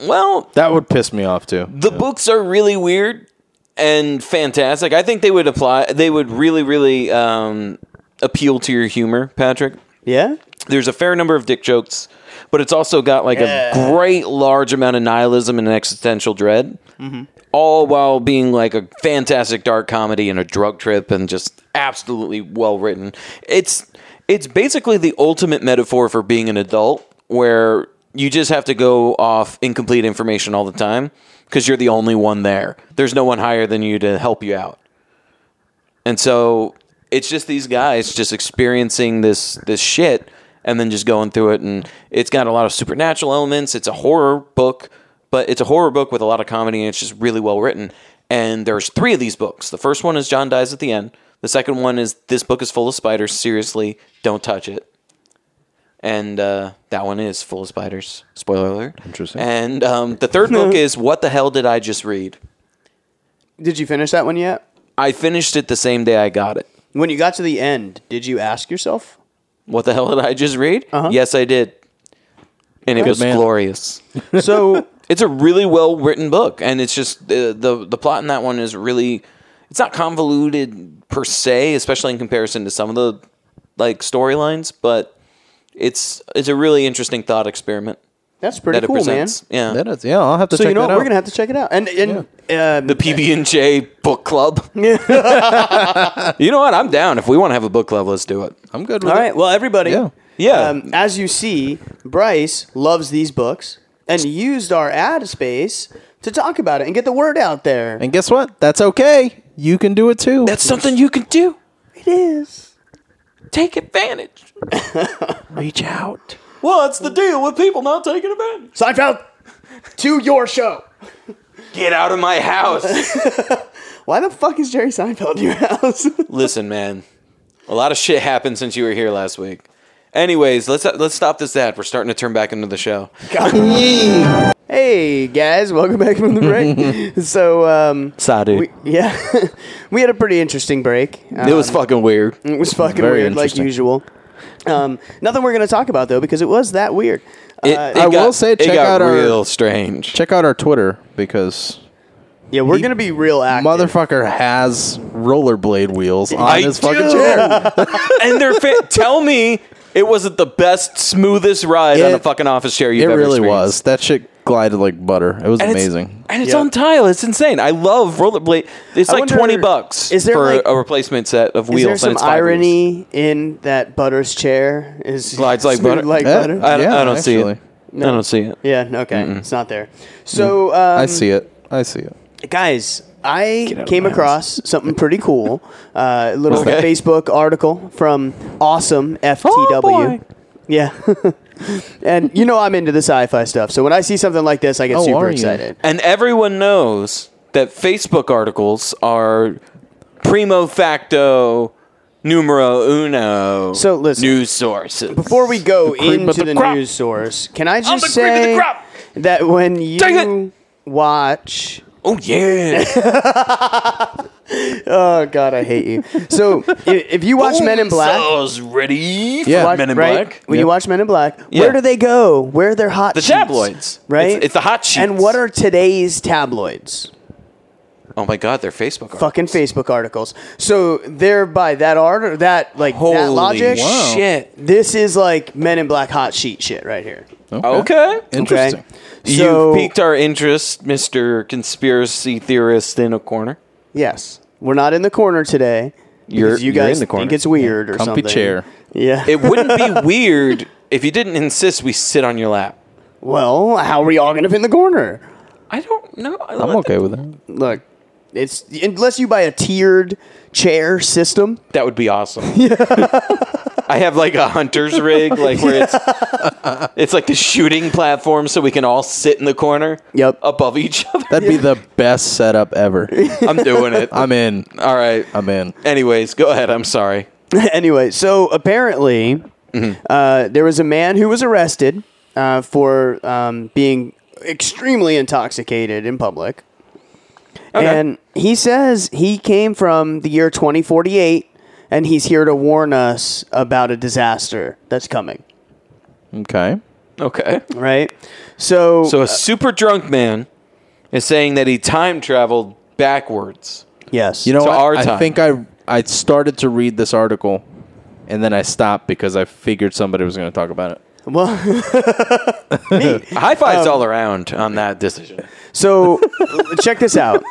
Well,
That would piss me off too.
the books are really weird and fantastic. I think they would apply. They would really, really um, appeal to your humor, Patrick.
Yeah.
There's a fair number of dick jokes, but it's also got like a great large amount of nihilism and existential dread, all while being like a fantastic dark comedy and a drug trip and just absolutely well written. It's it's basically the ultimate metaphor for being an adult, where you just have to go off incomplete information all the time because you're the only one there. There's no one higher than you to help you out. And so it's just these guys just experiencing this this shit and then just going through it and it's got a lot of supernatural elements. It's a horror book, but it's a horror book with a lot of comedy and it's just really well written. And there's three of these books. The first one is John Dies at the End. The second one is This Book is Full of Spiders. Seriously, don't touch it. And uh, that one is Full of Spiders. Spoiler alert.
Interesting.
And um, the third book is What the Hell Did I Just Read?
Did you finish that one yet?
I finished it the same day I got it.
When you got to the end, did you ask yourself?
What the hell did I just read?
Uh-huh.
Yes, I did. And it was
man.
glorious.
So
It's a really well written book, and it's just the, the the plot in that one is really it's not convoluted per se, especially in comparison to some of the like storylines, but it's it's a really interesting thought experiment
that's pretty
that
cool,
it presents.
man.
Yeah,
That is, yeah, I'll have to
So
check
you know
that
what?
out.
We're gonna have to check it out. And and um,
the PB and J book club. you know what? I'm down. If we want to have a book club, let's do it.
I'm good with
all
it.
right, well everybody,
Yeah.
Yeah.
Um, as you see, Bryce loves these books and used our ad space to talk about it and get the word out there.
And guess what? That's okay. You can do it too.
That's something you can do.
It is.
Take advantage.
reach out.
What's the deal with people not taking advantage?
Seinfeld, to your show.
Get out of my house.
Why the fuck is Jerry Seinfeld in your house?
Listen, man. A lot of shit happened since you were here last week. Anyways, let's let's stop this ad. We're starting to turn back into the show.
hey guys, welcome back from the break. so, um,
Sorry.
Uh,
we, yeah, we had a pretty interesting break. Um,
it was fucking weird.
It was fucking
Very
weird, like
interesting.
usual. Um, nothing we're gonna talk about though, because it was that weird.
It- it
I
got-
will say,
it
check
got
out our-
real strange.
Check out our Twitter because
Yeah, we're gonna be real active.
motherfucker has rollerblade wheels on
I
his fucking
do.
chair.
and their fa- tell me it wasn't the best, smoothest ride on a
It-
fucking office chair
It
you've ever
really
experienced.
was. That shit glided like butter. It was
And it's-
amazing.
and it's
Yeah.
on tile. It's insane. I love rollerblade. It's
I
like
wonder-
twenty bucks
is there,
for
like-
a replacement set of
Is
wheels.
there some
and it's five years.
irony in that Butter's chair is
Slides like
smooth
butter?
Like
Yeah,
butter?
I, don't-
Eh? Yeah,
I don't see it.
actually.
I don't see it.
yeah, okay, it's not there. So um,
I see it. I see it.
guys i
of
came
my house.
across something pretty cool uh, a little
Okay. Oh,
facebook article from awesome ftw
boy.
yeah and you know i'm into the sci-fi stuff so when i see something like this i get
Oh,
super
are you?
excited
And everyone knows that Facebook articles are primo facto numero uno
So, listen.
news sources.
before we go
cream of
into
the
the,
crop.
news source can i
I'm
just
the cream of the
say
crop.
that when
Dang
you watch
Oh yeah.
oh god i hate you so if, if you watch men in black
Saws ready for
Yeah.
Men in
right?
Black.
When
Yep.
you watch Men in Black,
Yeah.
where do they go? Where are their hot
The
sheets?
tabloids.
right?
It's- it's the hot sheets.
And what are today's tabloids?
Oh my god, they're Facebook articles.
Fucking Facebook articles. So thereby that art or that like
Holy
that logic.
Wow.
shit.
This is like Men in Black hot sheet shit right here.
Okay.
Okay?
Interesting.
So,
You've piqued our interest, Mr. Conspiracy Theorist in a corner.
Yes, we're not in the corner today.
You're,
you
you're
guys
in the corner.
think it's weird or
Comfy
something.
chair.
Yeah.
it wouldn't be weird if you didn't insist we sit on your lap.
well, how are we all gonna fit in the corner?
I don't know. I
I'm okay with it.
Look, it's unless you buy a tiered chair system.
That would be awesome. I have like a hunter's rig, like where it's it's like the shooting platform, so we can all sit in the corner.
Yep.
above each other.
That'd be the best setup ever.
I'm doing it.
I'm in.
all right.
I'm in.
Anyways, go ahead. I'm sorry.
anyway, so apparently, uh, there was a man who was arrested uh, for um, being extremely intoxicated in public, and he says he came from the year 2048, and he's here to warn us about a disaster that's coming.
Okay.
Okay.
Right, so
So a super drunk man is saying that he time traveled backwards.
yes,
You know
To
what?
our
I
time.
think I I started to read this article, and then I stopped because I figured somebody was going to talk about it.
well.
High fives
Um,
all around on that decision.
So check this out.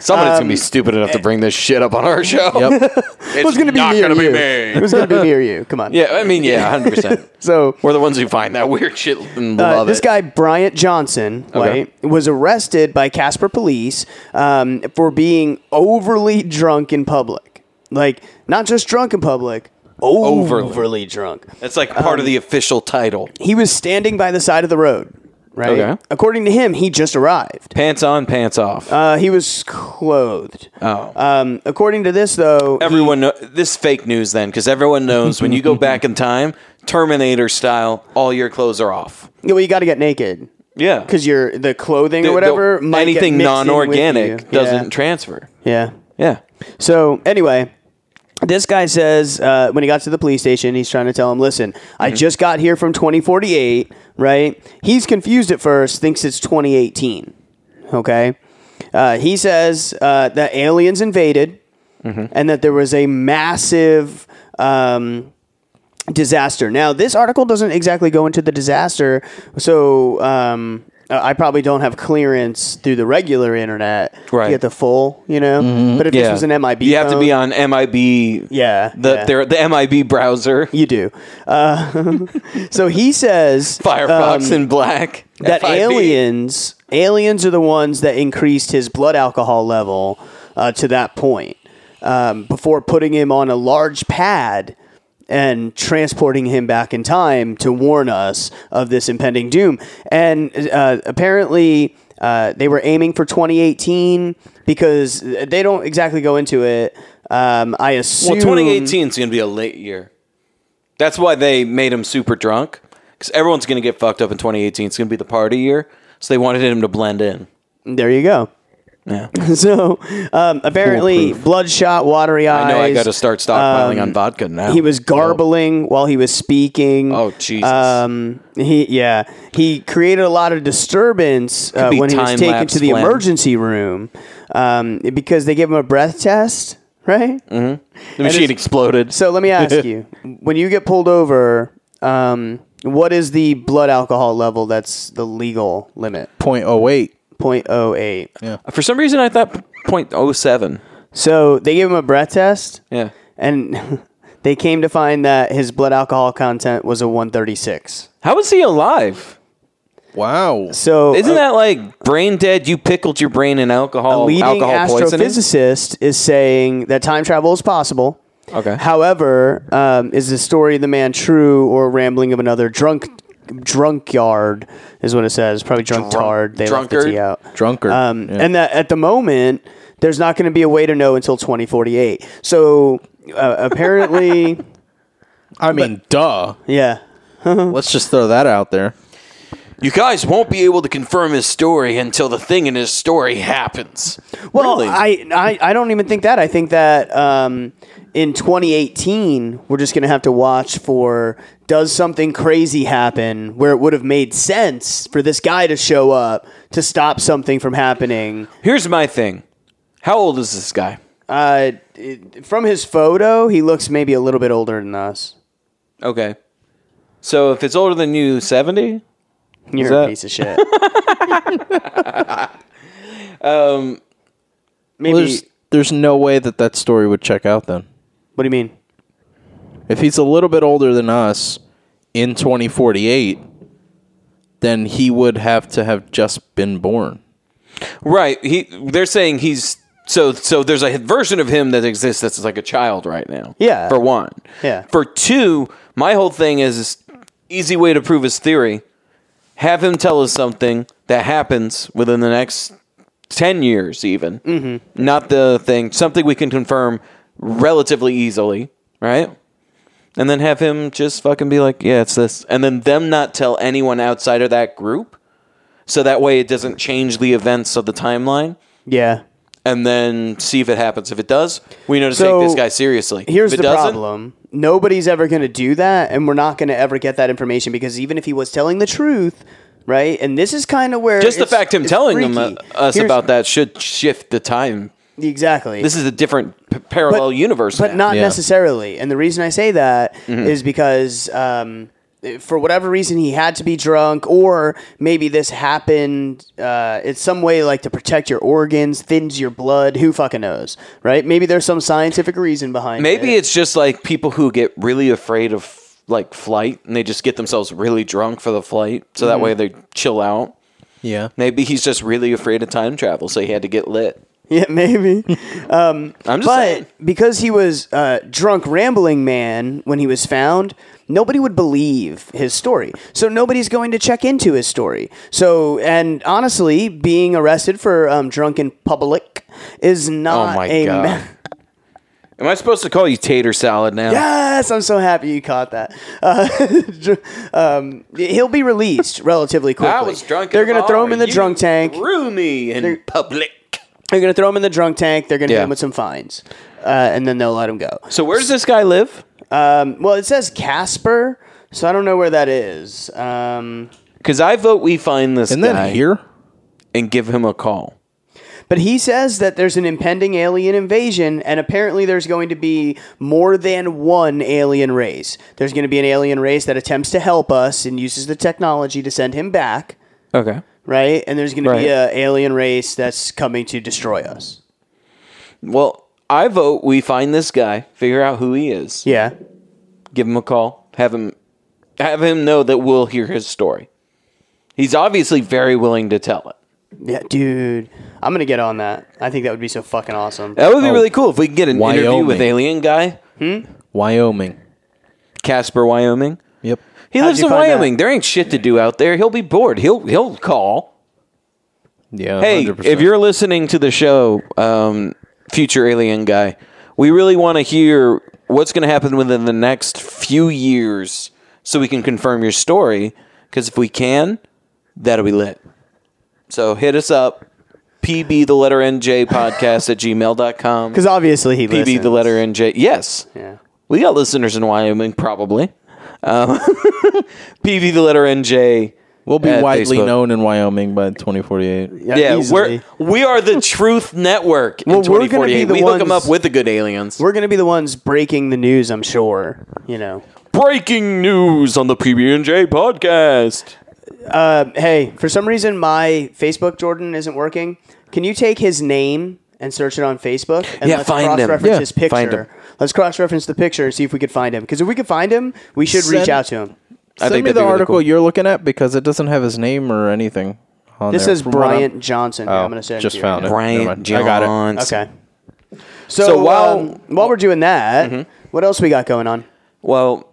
Somebody's gonna be stupid enough to bring this shit up on our show.
Yep.
It's
um, Who's going to be
not
near
gonna
you?
be me.
Who's going to be near you? Come on.
Yeah, I mean, yeah, hundred percent.
So
We're the ones who find that weird shit and
uh,
love
this
it.
guy Bryant Johnson, right, was arrested by Casper police um, for being overly drunk in public. Like not just drunk in public, overly,
Overly.
drunk.
That's like part
Um,
of the official title.
He was standing by the side of the road. Right.
Okay.
According to him, he just arrived.
Pants on, pants off.
Uh, he was clothed.
oh.
Um, according to this, though, he-
everyone know, this fake news then because everyone knows when you go back in time, Terminator style, all your clothes are off.
well, you got to get naked
Yeah,
because your the clothing
The-
or
the-
whatever might get
anything
mixed in with
non-organic
you.
doesn't
Yeah.
transfer.
yeah.
Yeah.
So anyway, this guy says uh, when he got to the police station, he's trying to tell him, "Listen, I just got here from 2048, right?" He's confused at first, thinks it's 2018. Okay, uh, he says uh, that aliens invaded and that there was a massive. Um, disaster. Now, this article doesn't exactly go into the disaster, so um, I I probably don't have clearance through the regular internet
Right.
to get the full, you know. But if
yeah.
this was an MIB,
You have to
phone-
be on MIB.
Yeah,
The
yeah. Um,
their- the MIB browser,
You do. Uh, so he says
Firefox
um,
in black.
that
FIB.
aliens aliens are the ones that increased his blood alcohol level uh, to that point um, before putting him on a large pad and transporting him back in time to warn us of this impending doom and uh, apparently uh, they were aiming for 2018 because they don't exactly go into it um, i assume
Well, 2018 is going to be a late year. That's why they made him super drunk because everyone's going to get fucked up in 2018. It's going to be the party year, so they wanted him to blend in.
there you go
Yeah.
so um, apparently bloodshot watery eyes
I know I got to start
um,
stockpiling on vodka now.
He was garbling while he was speaking.
Oh, Jesus.
Um, he yeah, he created a lot of disturbance uh,
be
when he was taken
time-lapse
to the
phlegm.
emergency room um, because they gave him a breath test, right?
Mm-hmm. the machine exploded.
So let me ask you: when you get pulled over, um, what is the blood alcohol level that's the legal limit?
Point oh eight.
0.08.
For some reason, I thought 0.07.
So they gave him a breath test,
Yeah.
and they came to find that his blood alcohol content was a 136.
How is he alive?
Wow.
So
Isn't
a-
that like brain dead? You pickled your brain in
a
alcohol,
leading
alcohol poisoning.
astrophysicist is saying that time travel is possible.
Okay.
However, um, is the story of the man true or rambling of another drunk drunkyard is what it says. Probably drunktard. They left the
drunkard?
T out.
Drunkard.
Um,
Yeah.
And that at the moment, there's not going to be a way to know until 2048. So uh, apparently,
I mean, duh.
yeah.
Let's just throw that out there.
You guys won't be able to confirm his story until the thing in his story happens.
Well,
Really?
I, I I don't even think that. I think that um, in 2018, we're just going to have to watch for does something crazy happen where it would have made sense for this guy to show up to stop something from happening.
Here's my thing. How old is this guy?
Uh, it- from his photo, he looks maybe a little bit older than us.
Okay. So if it's older than you, 70?
You're a
that-
piece of shit. maybe
Well,
Um,
there's there's no way that that story would check out then.
What do you mean?
If he's a little bit older than us in 2048, then he would have to have just been born.
Right. He they're saying he's so so there's a version of him that exists that's like a child right now.
Yeah.
For one.
Yeah.
For two, my whole thing is, is easy way to prove his theory. Have him tell us something that happens within the next ten years, even mm-hmm. not the thing. Something we can confirm relatively easily, right? And then have him just fucking be like, "Yeah, it's this," and then them not tell anyone outside of that group, so that way it doesn't change the events of the timeline
Yeah.
and then see if it happens. If it does, we know to
So,
take this guy seriously.
Here's
if it
the
doesn't,
problem. Nobody's ever going to do that, and we're not going to ever get that information because even if he was telling the truth, right? And this is kind of where
Just the
it's-
fact him
it's
telling him, uh,
freaky.
us
Here's-
about that should shift the time.
exactly.
This is a different p- parallel universe,
but
now.
not
Yeah.
necessarily. And the reason I say that is
Mm-hmm.
because um, for whatever reason he had to be drunk, or maybe this happened. Uh, it's some way like to protect your organs, thins your blood. Who fucking knows, right? Maybe there's some scientific reason behind.
Maybe
it.
it's just like people who get really afraid of like flight, and they just get themselves really drunk for the flight, so
Mm-hmm.
that way they chill out.
Yeah.
Maybe he's just really afraid of time travel, so he had to get lit.
yeah, maybe.
I'm just saying.
But because he was uh, drunk, rambling man when he was found, nobody would believe his story. So nobody's going to check into his story. So, and honestly, being arrested for um, drunk in public is
Oh
not
my
a.
god!
ma-
Am I supposed to call you tater salad now?
Yes, I'm so happy you caught that. Uh, dr- um, he'll be released relatively quickly.
I was drunk.
They're
going
gonna
to
throw him in the drunk tank.
Threw me in public.
They're going to throw him in the drunk tank. They're going to
Yeah.
hit him with some fines, uh, and then they'll let him go.
So where does this guy live?
Um, well, it says Casper, so I don't know where that is. Um,
Because I vote we find this
And
guy
then here?
and give him a call.
but he says that there's an impending alien invasion, and apparently there's going to be more than one alien race. There's going to be an alien race that attempts to help us and uses the technology to send him back,
Okay.
right? And there's going to
Right.
be an alien race that's coming to destroy us.
Well, I vote we find this guy, figure out who he is,
Yeah.
give him a call, have him have him know that we'll hear his story. He's obviously very willing to tell it.
Yeah, dude. I'm going to get on that. I think that would be so fucking awesome.
That would be
Oh.
really cool if we can get an interview
Wyoming.
with alien guy,
Wyoming.
Casper, Wyoming.
Yep.
He
How'd
lives
you
in
find
Wyoming. There ain't shit to do out there. He'll be bored. He'll he'll call.
Yeah.
Hey,
100%.
if you're listening to the show, um, future alien guy, we really want to hear what's going to happen within the next few years so we can confirm your story. Because if we can, that'll be lit. So hit us up, pb the letter nj podcast at gmail.com.
Because obviously he
pb the letter nj. Yes.
Yeah.
We got listeners in Wyoming, probably. Um, pb the letter nj.
we'll be
at
widely
Facebook.
known in Wyoming by 2048.
Yeah,
easily.
we're we are the Truth Network.
Well,
in
we're gonna be
2048.
the
we hook them
ones-
up with the good aliens.
We're going to be the ones breaking the news, I'm sure. You know.
breaking news on the PB and J podcast.
Uh, hey, for some reason, my Facebook Jordan isn't working. Can you take his name and search it on Facebook? And
Yeah,
let's
find him.
cross-reference
Yeah,
his picture.
find him.
Let's cross-reference the picture and see if we could find him. Because if we could find him, we should reach
Send-
out to him.
I
Send
think
me
that'd be
the
really
article
cool.
you're looking at because it doesn't have his name or anything on
This
there.
is
From what I'm-
Bryant Johnson. who I'm going to send
Oh, just
to you.
found it. Never
Brian
mind. I got it.
Johns.
Okay. So,
So while-
while while we're doing that, what else we got going on?
Well,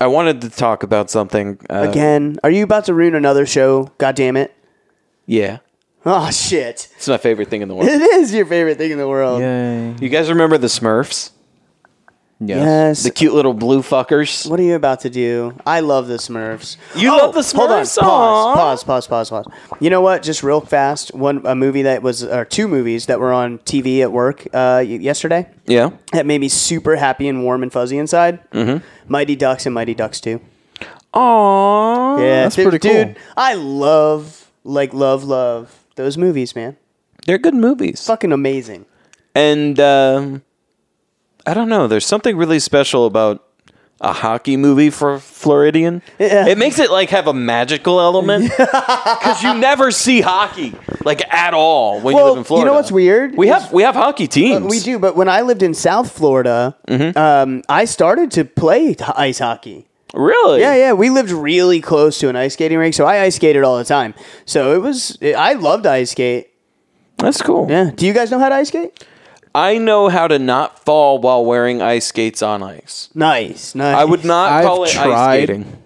I wanted to talk about something uh,
Again, are you about to ruin another show? God damn it!
Yeah,
Oh shit!
it's my favorite thing in the world.
It is your favorite thing in the world.
Yay.
you guys remember the Smurfs?
Yes.
Yes.
The cute little blue fuckers.
What are you about to do? I love the Smurfs.
You love the Smurfs? Aw.
Oh, Hold on. Pause, pause, pause, pause, pause. You know what? Just real fast, one a movie that was or two movies that were on TV at work uh, y- yesterday
Yeah.
that made me super happy and warm and fuzzy inside. Mm-hmm. Mighty Ducks and Mighty Ducks Two.
Aww.
Yeah,
that's
dude-
pretty cool.
Dude, I love like love love those movies, man.
They're good movies.
Fucking amazing.
and um, I don't know. There's something really special about a hockey movie for Floridian.
Yeah.
It makes it like have a magical element because you never see hockey like at all when you
Well,
live in
you know
Florida.
what's weird
We
is-
have we have Mm-hmm. hockey teams.
We do, but when I lived in South Florida, um, I started to play h- ice hockey.
really.
Yeah, yeah, we lived really close to an ice skating rink, so I ice skated all the time. So it was, I loved ice skate.
That's cool.
Yeah. Do you guys know how to ice skate?
I know how to not fall while wearing ice skates on ice.
Nice, nice.
I would not
I've
call it ice
tried.
skating.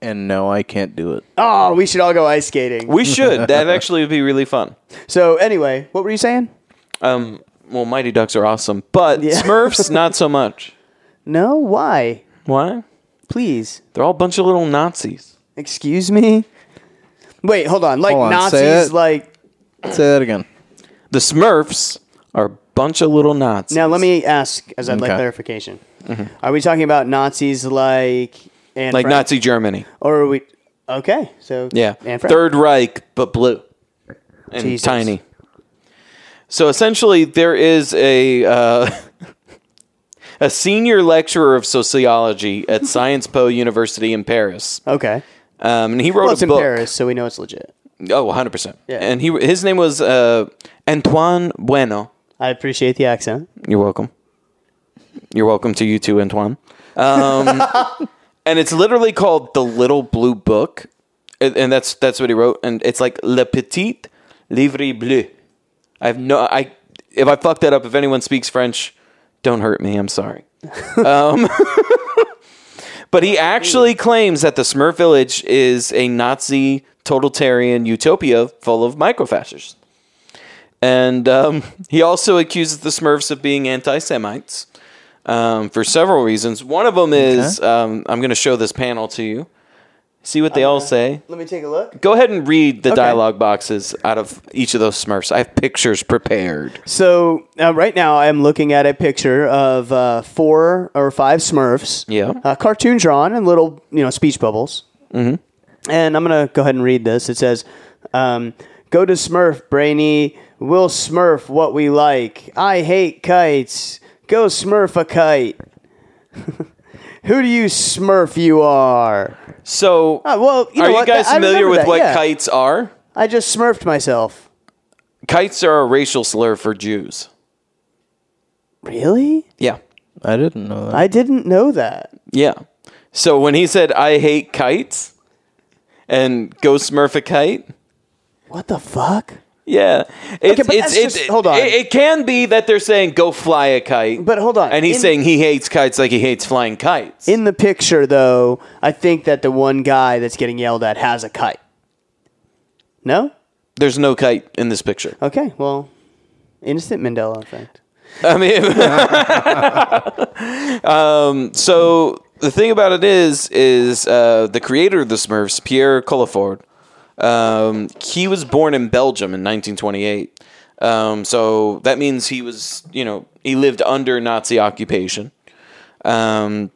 And no, I can't do it.
Oh, we should all go ice skating.
We should. That actually would be really fun.
so anyway, what were you saying?
Um, well, Mighty Ducks are awesome, but
Yeah.
Smurfs not so much.
No, why?
Why?
Please,
They're all a bunch of little Nazis.
excuse me. Wait, hold on. Like
Hold on, say
Nazis,
it.
like
Say that again.
The Smurfs are a bunch of little Nazis.
Now let me ask, as I'd like
Okay.
clarification. Are we talking about Nazis like and
Mm-hmm. like Nazi Germany.
or are we? Okay, so
Yeah.
Anne Oh, Frank.
Third Reich, but blue and
Jesus.
tiny. So essentially, there is a uh, a senior lecturer of sociology at Sciences Po University in Paris,
Okay,
um, and he wrote
well, it's
a
in
book.
Paris, so we know it's legit.
Oh, 100 percent.
Yeah.
And he his name was uh, Antoine Bueno.
I appreciate the accent.
You're welcome. You're welcome to you too, Antoine. Um, and it's literally called the Little Blue Book, and, and that's that's what he wrote. And it's like Le Petit Livre Bleu. I have no. I if I fuck that up, if anyone speaks French, don't hurt me. I'm sorry. um, but he actually claims that the Smurf Village is a Nazi totalitarian utopia full of microfascists. And um, he also accuses the Smurfs of being anti Semites um, for several reasons. One of them is um, I'm going to show this panel to you, see what they all say.
Let me take a look.
Go ahead and read the dialogue boxes out of each of those Smurfs. I have pictures prepared.
So uh, right now, I am looking at a picture of uh, four or five Smurfs.
Yeah.
uh, cartoon drawn and little you know speech bubbles. Mm-hmm. And I'm gonna go ahead and read this. It says, um, "Go to Smurf, Brainy. We'll Smurf what we like. I hate kites. Go Smurf a kite." Who do you Smurf you are?
So,
Uh, well, you know
are you
what?
guys
That- I
familiar
remember
with
that,
what
yeah.
kites are?
I just Smurfed myself.
Kites are a racial slur for Jews.
Really?
Yeah.
I didn't know that.
I didn't know that.
Yeah. So when he said, I hate kites and go Smurf a kite,
What the fuck?
Yeah, it's,
but
it's,
that's
it's,
just- hold on.
It, it can be that they're saying go fly a kite,
But hold on.
and he's
In-
saying he hates kites like he hates flying kites.
In the picture, though, I think that the one guy that's getting yelled at has a kite. No?
There's no kite in this picture.
Okay, well, instant Mandela effect.
I mean, um, so the thing about it is, is uh, the creator of the Smurfs, Pierre Colliford, um, he was born in Belgium in 1928. Um, so that means he was, you know, he lived under Nazi occupation. Um,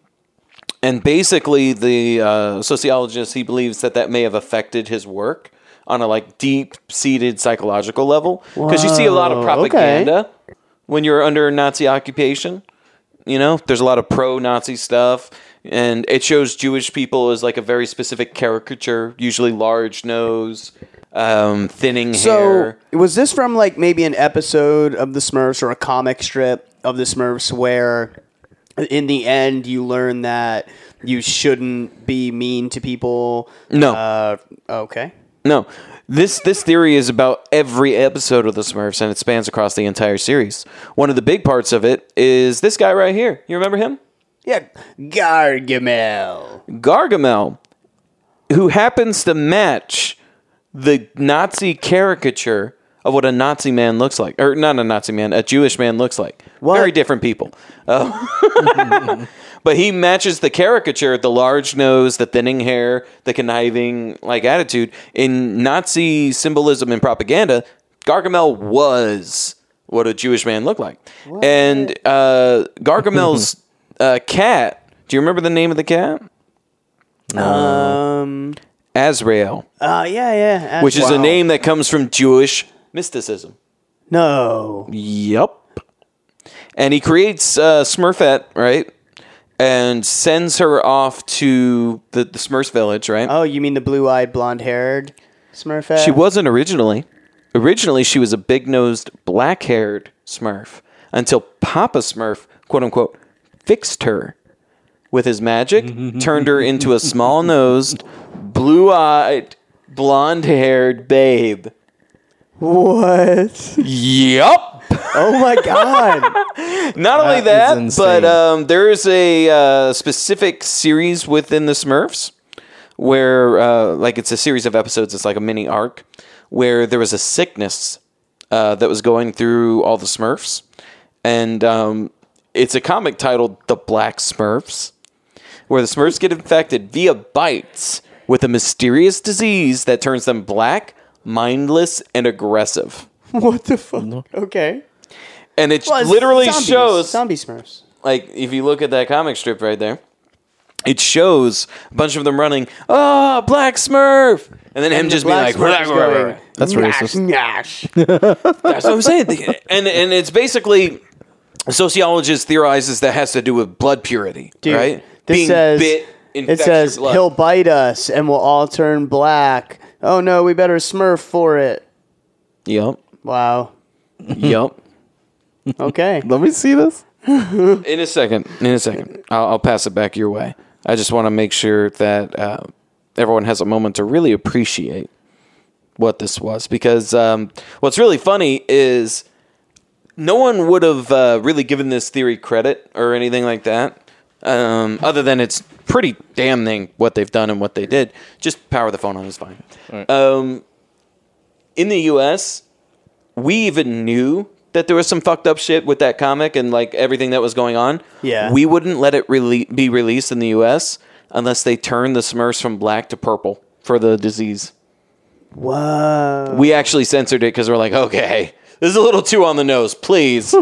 and basically, the uh, sociologist he believes that that may have affected his work on a like deep-seated psychological level because you see a lot of
Whoa, okay.
propaganda when you're under Nazi occupation. You know, there's a lot of pro Nazi stuff, and it shows Jewish people as like a very specific caricature, usually large nose, um, thinning
So,
hair.
was this from like maybe an episode of the Smurfs or a comic strip of the Smurfs where in the end you learn that you shouldn't be mean to people?
No.
Uh, okay.
No, this this theory is about every episode of the Smurfs, and it spans across the entire series. One of the big parts of it is this guy right here. You remember him?
Yeah, Gargamel.
Gargamel, who happens to match the Nazi caricature of what a Nazi man looks like, or not a Nazi man, a Jewish man looks like. Very different people. Uh, but he matches the caricature, the large nose, the thinning hair, the conniving like attitude in Nazi symbolism and propaganda. Gargamel was what a Jewish man looked like, and uh, Gargamel's uh, cat. Do you remember the name of the cat?
Um.
Azrael,
Uh, yeah, yeah.
which is a
Wow.
name that comes from Jewish mysticism.
No.
Yep. And he creates uh, Smurfette, right? and sends her off to the, the Smurfs village, right?
Oh, you mean the blue-eyed, blonde-haired Smurfette?
She wasn't originally. Originally, she was a big nosed, black haired Smurf until Papa Smurf, quote unquote, fixed her with his magic, turned her into a small nosed, blue eyed, blonde haired babe.
What?
Yup.
Oh my god!
Not only
That is
that,
insane.
but um, there is a uh, specific series within the Smurfs where, uh, like, it's a series of episodes. It's like a mini arc where there was a sickness uh, that was going through all the Smurfs, and um, it's a comic titled "The Black Smurfs," where the Smurfs get infected via bites with a mysterious disease that turns them black, mindless, and aggressive.
what the fuck? Okay.
And it
Well, it's
literally
zombies.
shows
zombie Smurfs.
like if you look at that comic strip right there, it shows a bunch of them running, ah, Black Smurf, and then him
And the
just being like,
black Smurfs going,
That's
"Nash,
racist.
nash."
that's what I'm saying, and and it's basically sociologists theorizes that has to do with blood purity,
Dude,
right?
This
being
says
bit,
it
infects
says
your blood.
he'll bite us and we'll all turn black. Oh no, we better Smurf for it.
Yep,
Wow.
yep.
Okay.
Let me see this.
In a second, in a second, I'll, I'll pass it back your way. I just want to make sure that uh, everyone has a moment to really appreciate what this was, because um, what's really funny is no one would have uh, really given this theory credit or anything like that, um, other than it's pretty damning what they've done and what they did. Just power the phone on is fine. Um, in the U.S., we even knew that there was some fucked up shit with that comic and like everything that was going on.
Yeah.
we wouldn't let it rele- be released in the U.S. unless they turned the Smurfs from black to purple for the disease.
Whoa.
We actually censored it because we're like, okay, this is a little too on the nose. Please,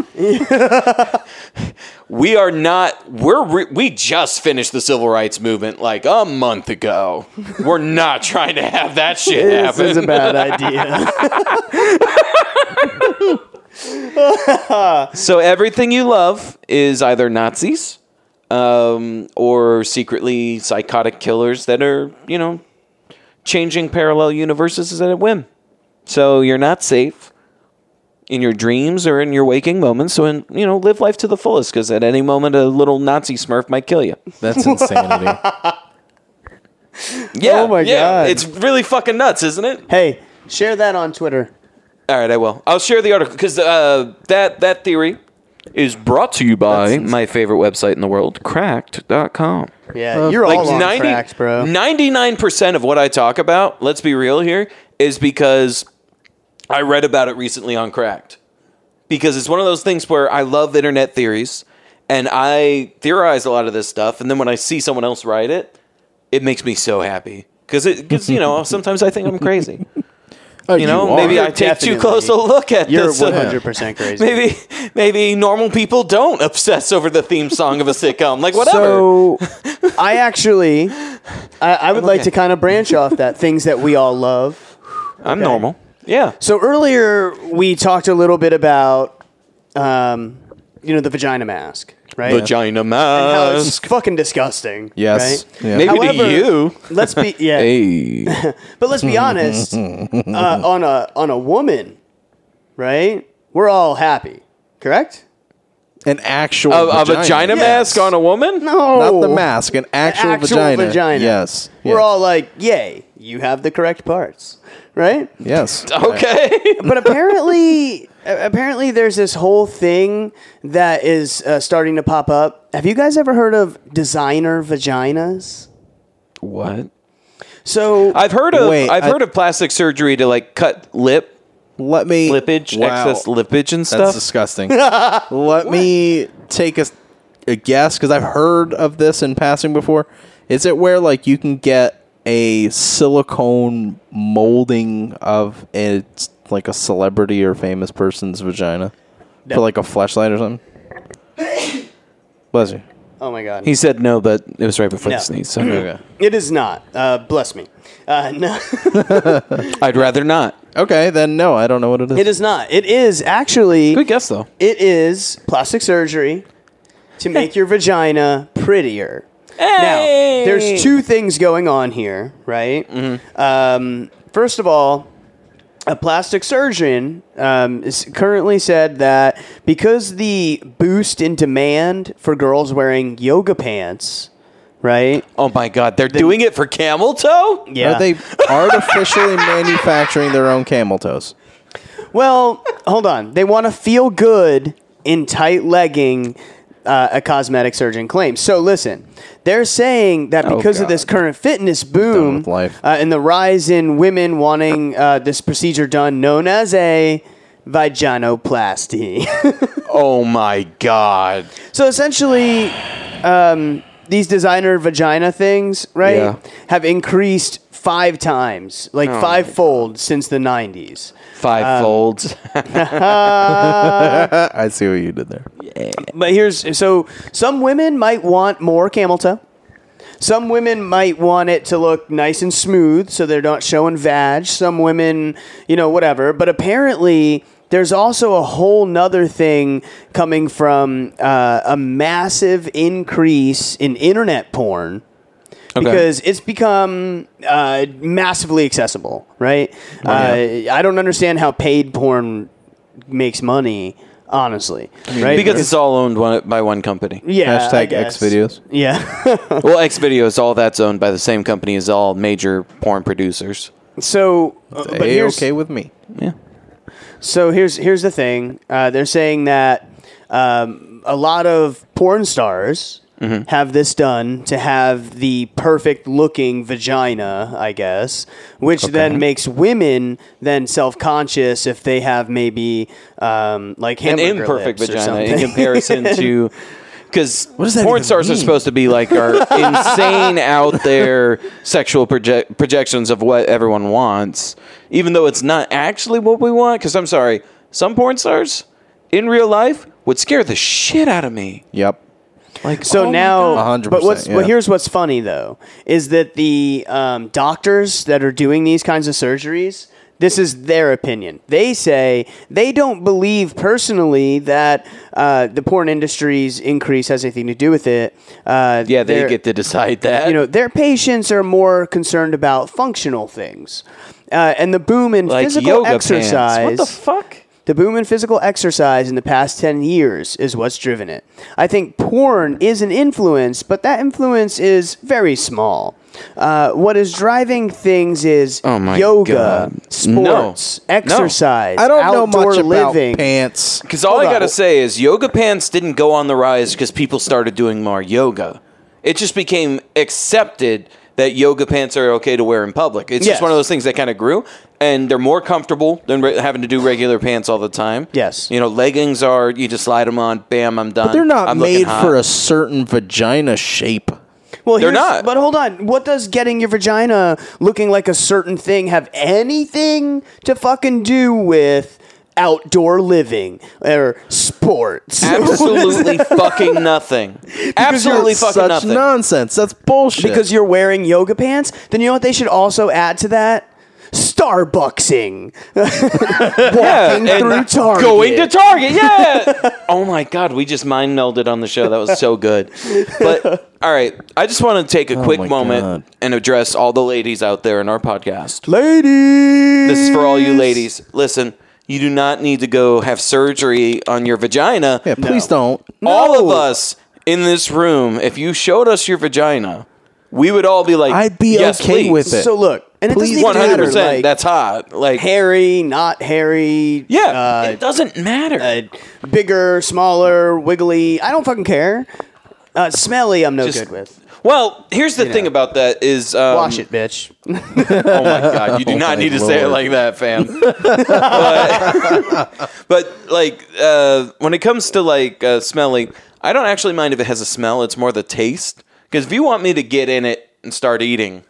we are not. We're re- we just finished the civil rights movement like a month ago. We're not trying to have that shit
This is a
happen.
bad idea.
so everything you love is either Nazis um, or secretly psychotic killers that are you know changing parallel universes at a whim. So you're not safe. in your dreams or in your waking moments. So, in, you know, live life to the fullest because at any moment a little Nazi Smurf might kill you.
That's insanity.
Yeah.
Oh my
yeah.
God.
It's really fucking nuts, isn't it?
hey, share that on Twitter.
All right, I will. I'll share the article because uh, that that theory is brought to you by my favorite website in the world, Cracked.com.
Yeah, you're
Like
all on
90
tracks, bro.
99% of what I talk about, let's be real here, is because I read about it recently on Cracked. Because it's one of those things where I love internet theories and I theorize a lot of this stuff. And then when I see someone else write it, it makes me so happy. Because, it, cause, you know, sometimes I think I'm crazy.
Oh,
You know, maybe
You're
I take too
definitely-
close a look at
You're
this. uh,
100% crazy.
Maybe, maybe normal people don't obsess over the theme song of a sitcom. Like, whatever.
So I actually, I, I would like to kind of branch off that things that we all love.
I'm normal. Yeah.
So earlier we talked a little bit about, um, you know, the vagina mask, right?
Vagina
And how it's
mask.
fucking disgusting.
Yes.
Right?
Yeah.
Maybe
However-
to you.
Let's be yeah. But let's be honest. uh, on a on a woman, right? We're all happy, correct?
An actual
A, a vagina
Yes.
mask on a woman?
No,
Not the mask, an actual,
actual
vagina.
vagina.
Yes.
We're
yes.
all like, "Yay, you have the correct parts," right?
Yes.
Okay.
but apparently, a- apparently, there's this whole thing that is uh, starting to pop up. Have you guys ever heard of designer vaginas?
what?
So
I've heard of
Wait,
I've
I-
heard of plastic surgery to like cut lip
Let me
lippage,
Wow.
excess lippage and
That's
stuff.
disgusting. Let me take a, a guess because I've heard of this in passing before. Is it where like you can get a silicone molding of it's like a celebrity or famous person's vagina for like a flashlight or something? Bless you.
oh my god,
he said no, but it was right before
No.
the sneeze. So
Okay.
it is not. Uh, bless me. Uh, no,
I'd rather not.
Okay, then no, I don't know what it is.
it is not. It is actually.
Good guess though. Eh.
It is plastic surgery to make your vagina prettier.
Hey! Mm-hmm.
Now, there's two things going on here, right? Um, first of all, a plastic surgeon um, is currently said that because the boost in demand for girls wearing yoga pants, right?
Oh my God, they're doing it for camel toe?
Are they artificially manufacturing their own camel toes?
Well, hold on. They want to feel good in tight legging, uh, a cosmetic surgeon claims. So listen, they're saying that
Oh,
because of
God.
this current fitness boom
with life.
Uh, and the rise in women wanting uh, this procedure done, known as a vaginoplasty.
Oh my God.
So essentially, um, these designer vagina things, right,
Yeah. Oh
have increased five times, like
my
fivefold since the 90s.
Five folds.
I see what you did there.
But here's so some women might want more camel toe. Some women might want it to look nice and smooth so they're not showing vag. Some women, you know, whatever. But apparently, there's also a whole nother thing coming from uh, a massive increase in internet porn. because it's become uh, massively accessible, right? uh, I don't understand how paid porn makes money, honestly. Right?
because it's all owned one, by one company.
yeah, I
Hashtag
guess.
X videos.
Yeah.
Well, X Videos, all that's owned by the same company as all major porn producers.
so, uh, but
They
here's,
okay with me.
Yeah.
so here's here's the thing. Uh, they're saying that um, a lot of porn stars.
Mm-hmm.
Have this done to have the perfect looking vagina, I guess, which then makes women then self conscious if they have maybe um, like
An
hamburger
imperfect
lips or
vagina in
something.
comparison to. Because
that
porn
even
stars are
mean?
supposed to be like our insane out there sexual proje- projections of what everyone wants, even though it's not actually what we want. Because I'm sorry, some porn stars in real life would scare the shit out of me.
Yep.
Like
So now,
A hundred
but what's
percent,
well,
yeah.
here's what's funny though is that the um, doctors that are doing these kinds of surgeries, this is their opinion. They say they don't believe personally that uh, the porn industry's increase has anything to do with it. Uh,
yeah, they
they're-
get to decide that.
you know their patients are more concerned about functional things. Uh, and the boom in
like
physical
yoga
exercise.
pants. What the fuck?
The boom in physical exercise in the past 10 years is what's driven it. I think porn is an influence, but that influence is very small. Uh, what is driving things is
Oh my
yoga,
God.
sports,
No. No.
exercise,
I don't know
outdoor
much
living.
about pants.
Because all
Hold
I
on.
gotta say is yoga pants didn't go on the rise because people started doing more yoga. It just became accepted that yoga pants are okay to wear in public. It's
Yes.
just one of those things that kind of grew, and they're more comfortable than re- having to do regular pants all the time.
Yes.
you know, leggings are you just slide them on, bam, I'm done.
They're not
I'm looking
made
hot.
for a certain vagina shape.
Well,
They're
here's-
not.
But hold on. What does getting your vagina looking like a certain thing have anything to fucking do with outdoor living or sports?
absolutely fucking nothing. Absolutely
That's
fucking
such
nothing.
nonsense. That's bullshit.
because you're wearing yoga pants, then you know what they should also add to that? Starbucksing. Walking
and
through Target.
Going to Target, yeah. oh my God, we just mind melded on the show. That was so good. But all right, I just want to take a quick
my
moment
God.
and address all the ladies out there in our podcast.
Ladies.
This is for all you ladies. Listen, you do not need to go have surgery on your vagina.
yeah, please don't.
All of us in this room, if you showed us your vagina, we would all be like,
I'd be
yes,
okay
please.
with it.
So look, and it
Please,
doesn't
One
even
hundred
matter. Like,
percent. That's hot. Like,
hairy, not hairy.
yeah,
uh,
it doesn't matter.
uh, bigger, smaller, wiggly. I don't fucking care. Uh, smelly, I'm no
Just-
good with.
Well, here's the thing about that is um,
Wash it, bitch.
Oh my god, you do not
my
need to say it
lord.
like that, fam. but, but, like uh, when it comes to like uh, smelling, I don't actually mind if it has a smell. It's more the taste. Because if you want me to get in it and start eating,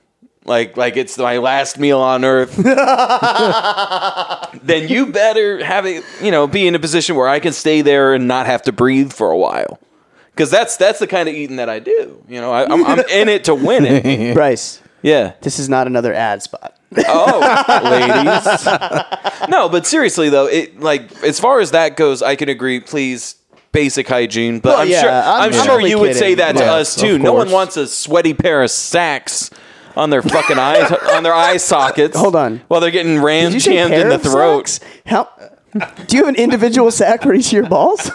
like like it's my last meal on earth, then you better have it. You know, be in a position where I can stay there and not have to breathe for a while. Because that's that's the kind of eating that I do. You know, I, I'm, I'm in it to win it.
Bryce,
Yeah.
this is not another ad spot.
Oh, ladies. No, but seriously though, it like as far as that goes, I can agree. Please, basic hygiene, but
Well,
I'm
yeah,
sure
I'm-
I'm,
I'm
sure
only
you would
kidding.
say that to
Yeah,
us
of
too. No one
course.
wants a sweaty pair of sacks on their fucking eyes on their eye sockets.
Hold on.
while they're getting ram
Did you say
jammed in
pair
the
of
throat.
socks? How? Do you have an individual sack where you see your balls?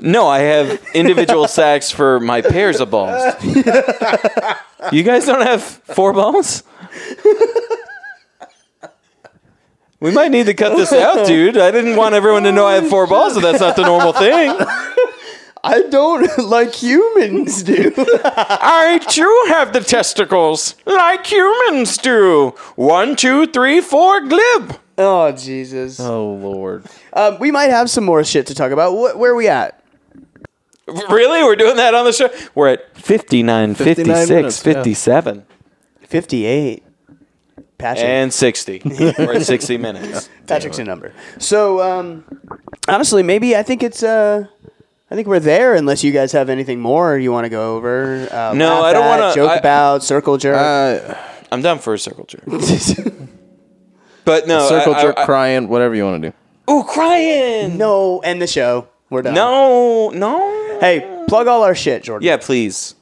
No, I have individual sacks for my pairs of balls. you guys don't have four balls? We might need to cut this out, dude. I didn't want everyone to know I have four balls, so that's not the normal thing.
I don't like humans do.
I too have the testicles, like humans do. One, two, three, four, glib.
oh Jesus.
Oh lord.
Um, we might have some more shit to talk about. Wh- where are we at?
Really? We're doing that on the show? We're at 59,
59
56,
minutes, yeah.
57,
Fifty-eight. Passion.
and 60. We're at 60 minutes.
Patrick's a number. So um, honestly, maybe I think it's. Uh, I think we're there unless you guys have anything more you want to go over. Uh,
No,
laugh
I don't
at,
wanna-
joke
I-
about circle jerk.
Uh,
I'm down for a circle jerk. But no,
circle
I- I-
jerk,
I-
crying, whatever you want to do.
Ooh, crying.
no, end the show. We're done.
no, no.
Hey, plug all our shit, Jordan.
Yeah, please.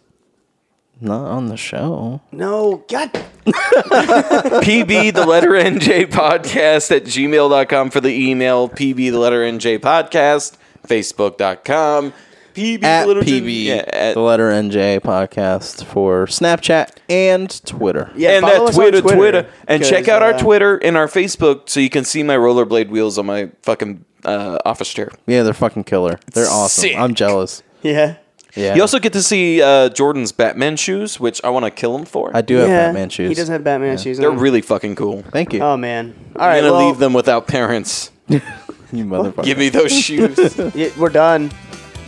Not on the show.
No, God.
PB the letter NJ podcast at gmail.com for the email. PB the letter NJ podcast, facebook.com. PB
At
the letter
PB,
Yeah, at,
the letter NJ podcast for Snapchat and Twitter.
Yeah,
and
follow
that
us on
Twitter, Twitter, And check
'cause,
out our
uh,
Twitter and our Facebook so you can see my rollerblade wheels on my fucking uh, office chair.
Yeah, they're fucking killer. They're awesome.
Sick.
I'm jealous.
Yeah.
Yeah.
You also get to see uh, Jordan's Batman shoes, which I want to kill him for.
I do have
yeah.
Batman shoes.
He doesn't have Batman shoes.
They're
on.
really fucking cool.
Thank you.
Oh man. All
I'm
right,
gonna
well,
leave them without parents.
you motherfucker.
Give me those shoes.
yeah, we're done.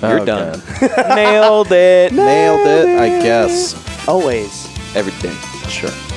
You're
Oh,
done.
God.
Nailed it.
Nailed it, I guess.
Always.
Everything.
Sure.